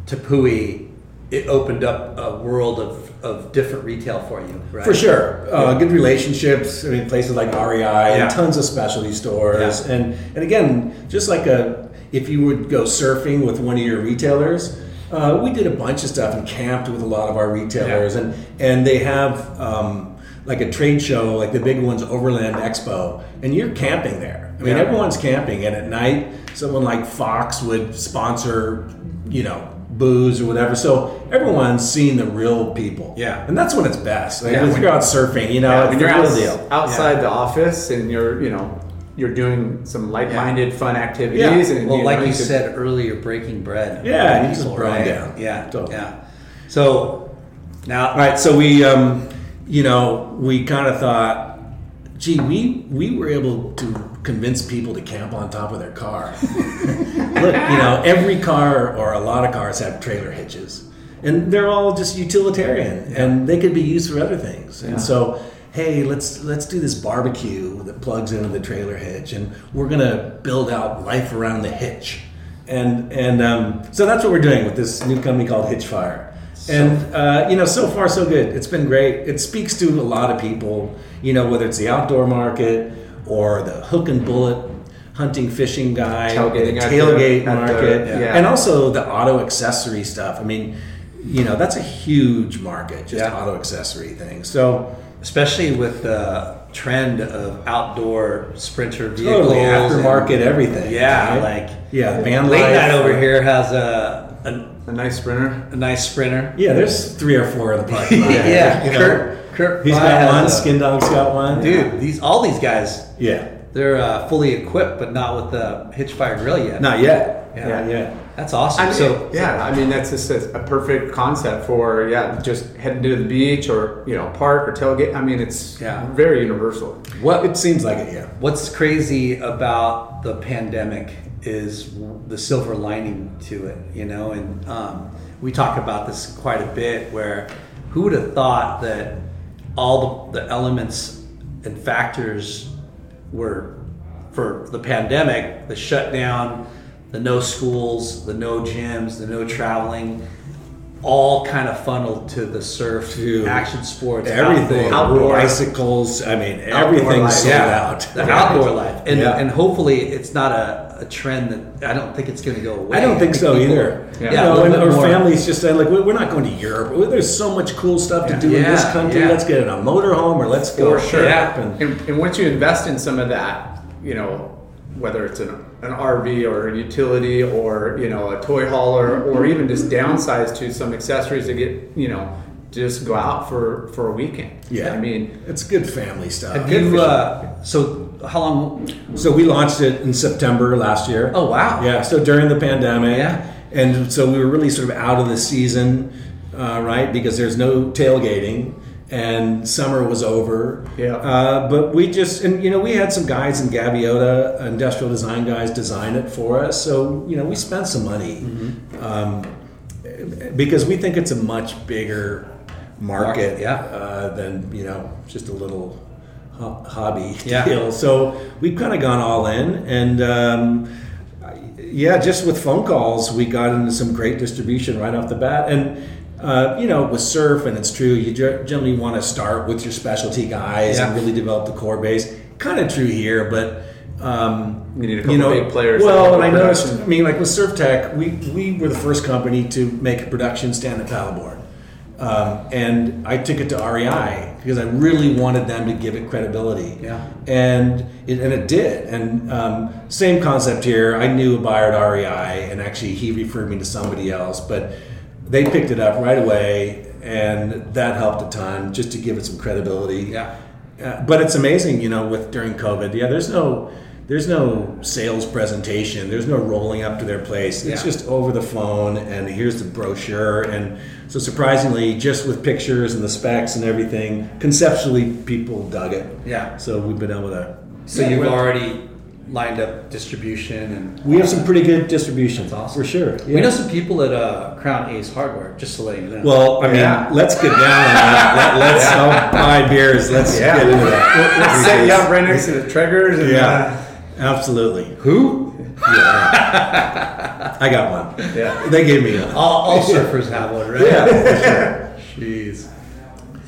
Tapui, it opened up a world of, of different retail for you, right?
For sure, uh, good relationships. I mean, places like REI
Yeah.
and tons of specialty stores, and and again, just like a if you would go surfing with one of your retailers, uh, we did a bunch of stuff and camped with a lot of our retailers, and and they have um, like a trade show, like the big ones, Overland Expo, and you're camping there. I mean,
Yeah.
everyone's camping, and at night, someone like Fox would sponsor, you know. Booze or whatever, so everyone's seeing the real people.
Yeah.
and that's when it's best. Like,
Yeah,
if
when-
you're out surfing, you know,
Yeah,
it's
when
the
you're
real
outs-
deal.
outside the office and you're you know you're doing some like-minded fun activities. And
well,
you
like
know,
you
could-
said earlier, breaking bread.
Yeah,
With
you just broke down.
Yeah,
Totally.
yeah. So
All right, so we, um, you know, we kind of thought, gee, we we were able to convince people to camp on top of their car. Look, you know, every car or a lot of cars have trailer hitches, and they're all just utilitarian, and they could be used for other things. And so, hey, let's let's do this barbecue that plugs into the trailer hitch, and we're gonna build out life around the hitch, and and um, so that's what we're doing with this new company called Hitchfire. And uh, you know, so far so good. It's been great. It speaks to a lot of people. You know, whether it's the outdoor market or the hook and bullet hunting fishing guy,
Tailgating
the
at
tailgate
the- at the-
market,
yeah.
and also the auto accessory stuff. I mean, you know, that's a huge market, just
Yeah.
auto accessory things. So
especially with the trend of outdoor sprinter vehicles,
totally aftermarket
and-
everything.
Yeah,
right?
like
yeah, van
late
life.
night over here has a, a
a nice sprinter.
a nice sprinter.
Yeah, there's three or four in the parking lot.
Yeah,
you know.
Kurt, Kurt.
He's
Vaughn
got
has
one.
a-
Skin Dog's got one.
Dude, these all these guys,
Yeah.
they're uh, fully equipped, but not with the Hitchfire grill yet.
Not yet.
Yeah.
Not yet.
That's awesome.
I mean,
so
yeah, I mean that's just a, a perfect concept for yeah, just heading to the beach or you know park or tailgate. I mean it's
Yeah.
very universal.
What it seems like it, yeah.
What's crazy about the pandemic is the silver lining to it, you know, and um, we talk about this quite a bit. Where who would have thought that all the, the elements and factors were for the pandemic, the shutdown, the no schools, the no gyms, the no traveling, all kind of funneled to the surf,
Dude.
action sports,
Everything,
outdoor, outdoor
bicycles. I mean,
Outdoor life.
everything's sold
yeah.
out.
The outdoor life, and
Yeah.
and hopefully it's not a, a trend that I don't think it's going to go away.
I don't think so
people-
either.
Yeah,
You
a
know,
little
and
bit
our
more.
families just said, like, we- we're not going to Europe. Well, There's so much cool stuff to do in this
Yeah,
country.
yeah.
Let's get in a motorhome or let's go.
For sure.
camp
And,
And,
and once you invest in some of that, you know, whether it's an, an RV or a utility or, you know, a toy hauler or even just downsize to some accessories to get, you know, just go out for, for a weekend.
yeah.
I mean,
it's good family stuff.
Have you, uh, so how long?
So we launched it in September last year.
Oh, wow.
Yeah. So during the pandemic.
Yeah.
And so we were really sort of out of the season, uh, right? Because there's no tailgating, and summer was over.
Yeah.
Uh, but we just and you know we had some guys in Gaviota, industrial design guys, design it for us. So you know we spent some money.
Mm-hmm.
Um, because we think it's a much bigger market,
Market, yeah.
uh, than you know just a little ho- hobby
Yeah.
deal. So we've kind of gone all in, and um, I- yeah, just with phone calls, we got into some great distribution right off the bat, and. Uh, you know, with surf, and it's true. You ge- generally want to start with your specialty guys and
Yeah.
really develop the core base. Kind of true here, but Um,
You need a couple big players
Well,
to
and I
help with
noticed.
production.
I mean, like with SurfTech, we we were the first company to make a production stand-up paddleboard, um, and I took it to REI because I really wanted them to give it credibility.
Yeah.
and it, and it did. And um, same concept here. I knew a buyer at REI, and actually he referred me to somebody else, but they picked it up right away, and that helped a ton just to give it some credibility. Yeah, uh, but it's amazing, you know, with during COVID. Yeah, there's no. There's no sales presentation. There's no rolling up to their place. It's
Yeah.
just over the phone, and here's the brochure. And so, surprisingly, just with pictures and the specs and everything, conceptually, people dug it.
Yeah.
So we've been able to.
So you've already lined up distribution and
We have some pretty good distribution. That's awesome. For sure.
We know some people at uh, Crown Ace Hardware. Just to let you know.
Well, I mean, let's get down on that. Let, us
Yeah.
buy beers. Let's
Yeah.
get into that.
We'll- we'll set you up
right next to the Treggers. and, uh,
yeah, absolutely. Who? Yeah. I got one.
Yeah.
They gave me one.
All, all surfers have one, right?
Yeah,
Jeez.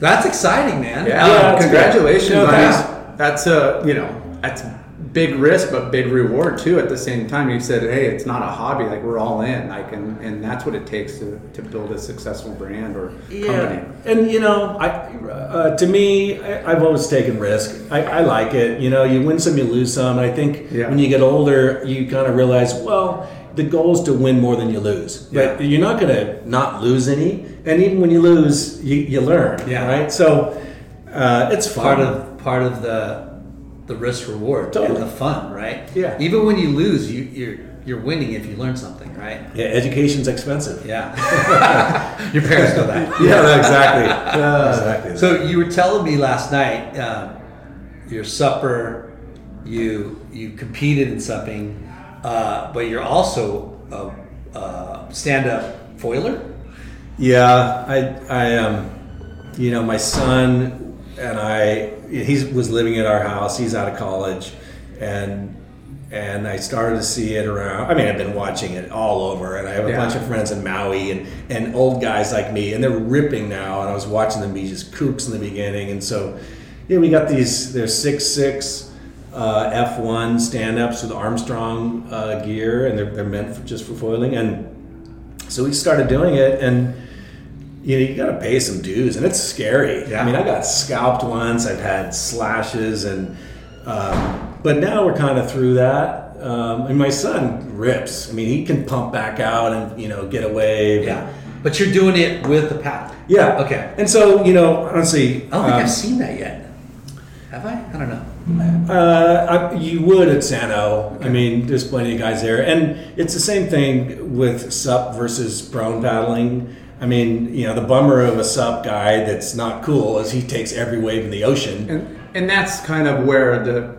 That's exciting, man.
Yeah, congratulations on these. That's a you know that's big risk but big reward too. At the same time, you said, hey, it's not a hobby. Like we're all in. Like and, and that's what it takes to, to build a successful brand or company.
and you know, I uh, to me, I, I've always taken risk. I, I like it. You know, you win some, you lose some. And I think when you get older, you kind of realize, well, the goal is to win more than you lose. But you're not going to not lose any. And even when you lose, you, you learn.
Yeah.
Right. So uh, it's fun.
part of part of the the risk reward
Totally.
and the fun, right?
Yeah.
Even when you lose, you you're you're winning if you learn something, right?
Yeah, education's expensive.
Yeah. Your parents know that.
Yeah, no, exactly. Yeah, exactly.
So you were telling me last night um, your supper, you you competed in something, uh, but you're also a, a stand-up foiler.
Yeah, I, I, um, you know, my son and I, he was living at our house. He's out of college, and and I started to see it around. I mean, I've been watching it all over, and I have a
Yeah.
bunch of friends in Maui and and old guys like me, and they're ripping now. And I was watching them be just kooks in the beginning, and so yeah, we got these. They're six six. Uh, F1 stand-ups with Armstrong uh, gear, and they're, they're meant for, just for foiling. And so we started doing it, and you know, you gotta pay some dues, and it's scary. I mean, I got scalped once. I've had slashes, and um, but now we're kind of through that. Um, and my son rips. I mean, he can pump back out and you know get a wave. Yeah,
but you're doing it with the paddle.
Yeah.
Okay.
And so you know, honestly,
I don't think
um,
I've seen that yet. Have I? I don't know.
Uh, I, you would at Sano. I mean, there's plenty of guys there, and it's the same thing with sup versus prone paddling. I mean, you know, the bummer of a sup guy that's not cool is he takes every wave in the ocean.
And and that's kind of where the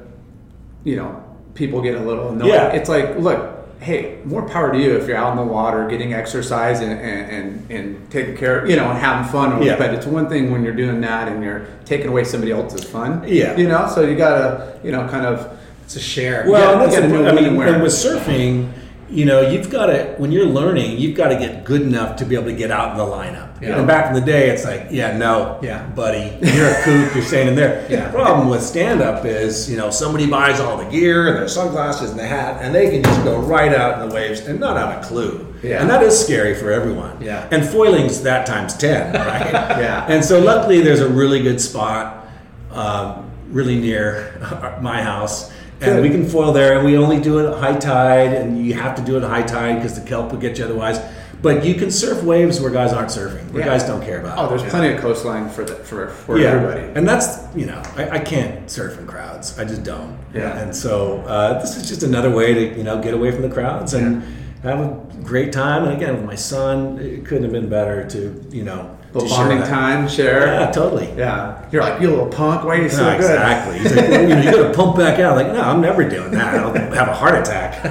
you know people get a little annoyed.
Yeah.
It's like look. Hey, more power to you if you're out in the water getting exercise and, and, and, and taking care of, you know, and having fun. with it.
Yeah.
But it's one thing when you're doing that and you're taking away somebody else's fun.
Yeah.
You know, so you gotta, you know, kind of. It's
a share.
Well, that's the point. I mean, and with surfing, you know, you've got to when you're learning, you've got to get good enough to be able to get out in the lineup.
Yeah.
And back in the day, it's like, yeah, no,
Yeah.
buddy, you're a kook, you're staying in there. The problem with stand up is, you know, somebody buys all the gear and their sunglasses and the hat, and they can just go right out in the waves and not have a clue.
Yeah.
And that is scary for everyone.
Yeah.
And foiling's that times ten, right?
Yeah.
And so luckily, there's a really good spot, um, really near my house, and
Good.
we can foil there. And we only do it at high tide, and you have to do it at high tide because the kelp will get you otherwise. But you can surf waves where guys aren't surfing, where
Yeah.
guys don't care about.
Oh, there's
it.
plenty of coastline for the, for for
Yeah.
everybody.
And that's you know, I, I can't surf in crowds. I just don't.
Yeah.
And so uh, this is just another way to you know get away from the crowds and have a great time. And again, with my son, it couldn't have been better to you know.
Little
to share
bonding
that.
time, share.
Yeah, totally.
Yeah, you're like you little punk. Why are you so
No,
good?
Exactly. He's like, "Well, you know, you gotta pump back out. Like, no, I'm never doing that. I'll have a heart attack.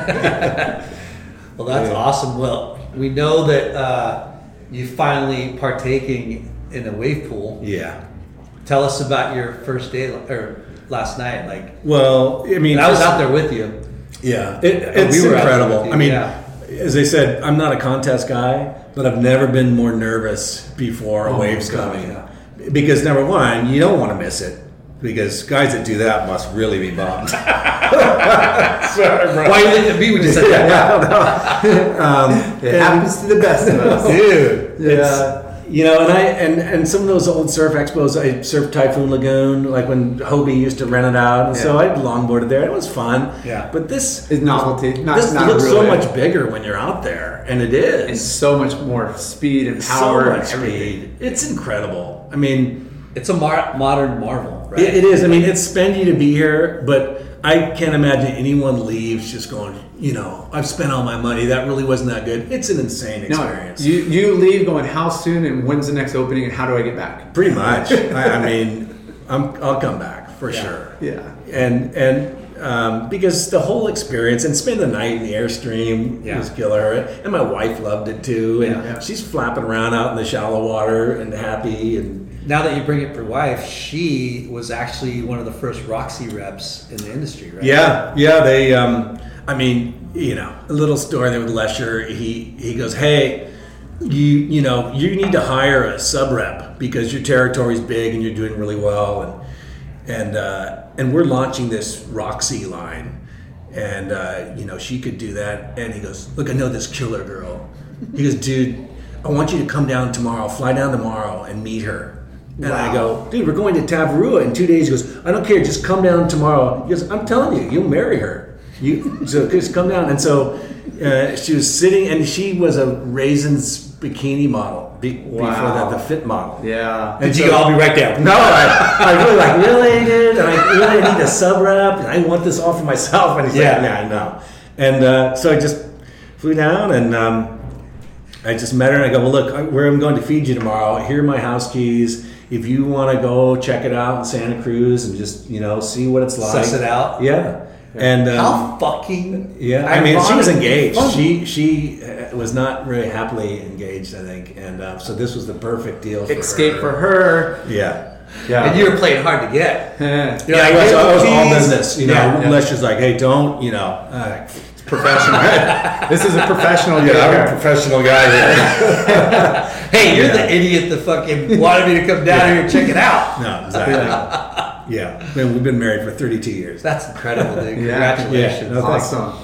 Well, that's
Yeah.
awesome. Well, we know that uh, you finally partaking in a wave pool.
Yeah.
Tell us about your first day or last night. Like,
Well, I mean,
And I was
first-
out there with you.
Yeah, Oh, it,
And
it's
we were out there with
incredible.
you,
I mean,
yeah.
as I said, I'm not a contest guy, but I've never been more nervous before a
Oh my
wave's
God,
coming. Because number one, you don't want to miss it.
because guys that do that must really be bummed.
Sorry, bro. Why you didn't beat when you said
that? Yeah, no. um,
it happens to the best of us,
dude.
Yeah. You know, and I and, and some of those old surf expos, I surfed Typhoon Lagoon, like when Hobie used to rent it out, and yeah. so I longboarded there. It was fun.
Yeah.
But this
is novelty.
Not, this not looks really. so much bigger when you're out there, and it is.
And so much more speed and power so and everything.
Speed. It's incredible. I mean,
it's a mar- modern marvel, right?
It, it is. I mean, it's spendy to be here, but I can't imagine anyone leaves just going, you know, I've spent all my money. That really wasn't that good. It's an insane experience.
No, you, you leave going, how soon and when's the next opening and how do I get back?
Pretty much. I, I, mean, i will come back for
yeah.
sure.
Yeah.
And, and, um, because the whole experience and spend the night in the airstream yeah. was killer, and my wife loved it too, and yeah. she's flapping around out in the shallow water and happy and
now that you bring up your wife, she was actually one of the first Roxy reps in the industry, right?
Yeah, yeah. They, um, I mean, you know, a little story there with Lesher. He he goes, hey, you you know, you need to hire a sub rep because your territory's big and you're doing really well, and and uh, and we're launching this Roxy line, and uh, you know, she could do that. And he goes, look, I know this killer girl. He goes, dude. I want you to come down tomorrow, fly down tomorrow and meet her. And wow. I go, dude, we're going to Tavarua in two days. He goes, I don't care, just come down tomorrow. He goes, I'm telling you, you'll marry her. You so just come down. And so uh, she was sitting, and she was a raisins bikini model be, wow. before that, the fit model.
Yeah.
And Did so, you all be right there?
No, I,
I really like really dude. And I really need a sub rep, and I want this all for myself. And he's yeah. like, Yeah, I know. And uh, so I just flew down and. Um, I just met her and I go, well, look, where I'm going to feed you tomorrow. Here are my house keys if you want to go check it out in Santa Cruz and just you know see what it's like,
suss it out.
Yeah, and
um, how fucking
yeah. I mean, she was engaged. Fun. She she uh, was not really happily engaged, I think, and uh, so this was the perfect deal. For
Escape
her.
for her.
Yeah.
Yeah. And you were playing hard to get.
yeah, yeah I, was, I was all business. You know, yeah, unless yeah. she's like, "Hey, don't," you know. Uh,
it's professional.
this is a professional.
Yeah, I'm a professional guy.
hey, you're yeah. the idiot that fucking wanted me to come down yeah. here and check it out.
No, exactly. yeah, Man, we've been married for 32 years.
That's incredible, dude. Congratulations.
Yeah, that's awesome.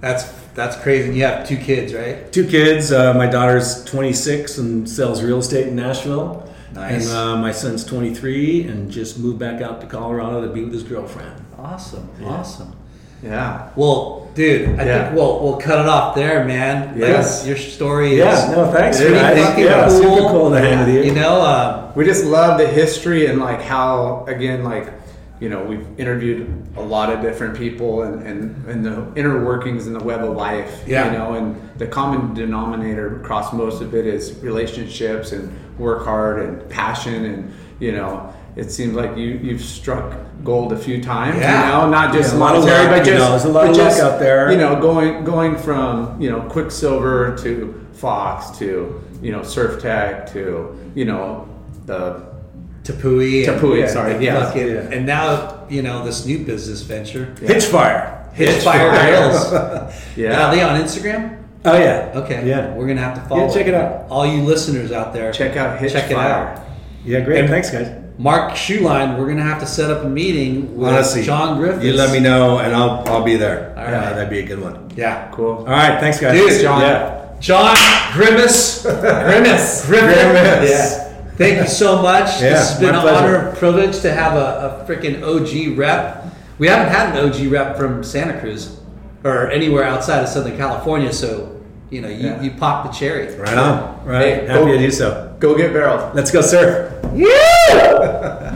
That's that's crazy. And you have two kids, right?
Two kids. Uh, my daughter's 26 and sells real estate in Nashville.
Nice.
And uh, my son's 23 and just moved back out to Colorado to be with his girlfriend.
Awesome. Yeah. Awesome.
Yeah.
Well, dude, I yeah. think we'll we'll cut it off there, man.
Yes.
Like, your story
yeah, is no thanks.
Pretty
I
think, yeah,
cool. super cool to hang with
you. You know, um,
we just love the history and like how again like you know we've interviewed a lot of different people and and, and the inner workings and the web of life.
Yeah.
You know, and the common denominator across most of it is relationships and work hard and passion and you know it seems like you you've struck gold a few times.
Yeah.
You know, not just yeah, monetary,
luck,
but just
you know, there's a lot of
just,
luck out there.
You know, going going from you know Quicksilver to Fox to you know Surf Tech to you know the
Tapui.
Tapui, yeah, sorry, yeah.
Bucket, and now you know this new business venture,
Hitchfire.
Hitchfire Rails.
yeah,
are they on Instagram?
Oh yeah.
Okay.
Yeah.
We're gonna have to follow.
Yeah, check it out.
All you listeners out there,
check out Hitchfire.
Check it out.
Yeah, great. And Thanks, guys.
Mark Schuline, we're gonna have to set up a meeting with Honestly, John Griffiths.
You let me know, and I'll I'll be there.
All right, yeah,
that'd be a good one.
Yeah,
cool.
All right, thanks guys.
Dude, John. Yeah. John Grimace, Grimace,
Grimace. Grimace.
Yeah. Thank you so much.
Yeah,
this has been
my
an
pleasure.
honor, privilege to have a, a freaking OG rep. We haven't had an OG rep from Santa Cruz or anywhere outside of Southern California, so you know you, yeah. you pop the cherry.
Right on, right. Hey,
oh.
Happy go, to do so.
Go get barreled.
Let's go, sir.
Yeah!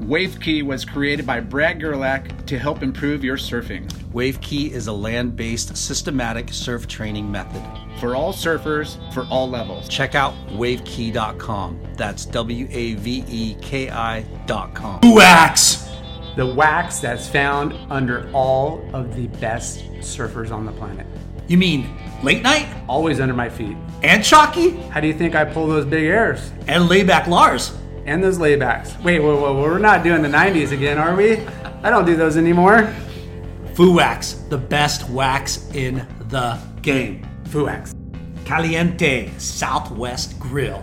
WaveKey was created by Brad Gerlach to help improve your surfing.
WaveKey is a land based systematic surf training method
for all surfers, for all levels.
Check out wavekey.com. That's W A V E K I.com.
Wax!
The wax that's found under all of the best surfers on the planet.
You mean late night?
Always under my feet.
And Chalky?
How do you think I pull those big airs?
And layback Lars.
And those laybacks. Wait, whoa, whoa, whoa, we're not doing the 90s again, are we? I don't do those anymore.
Foo Wax, the best wax in the game.
Foo Wax.
Caliente Southwest Grill.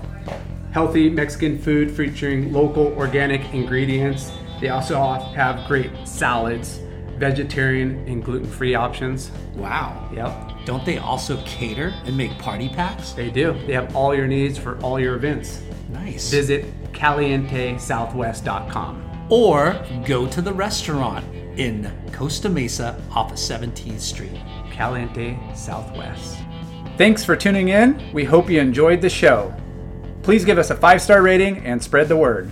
healthy Mexican food featuring local organic ingredients. They also have great salads, vegetarian and gluten free options.
Wow.
Yep.
Don't they also cater and make party packs?
They do. They have all your needs for all your events.
Nice.
Visit calientesouthwest.com.
Or go to the restaurant in Costa Mesa off of 17th Street.
Caliente Southwest. Thanks for tuning in. We hope you enjoyed the show. Please give us a five star rating and spread the word.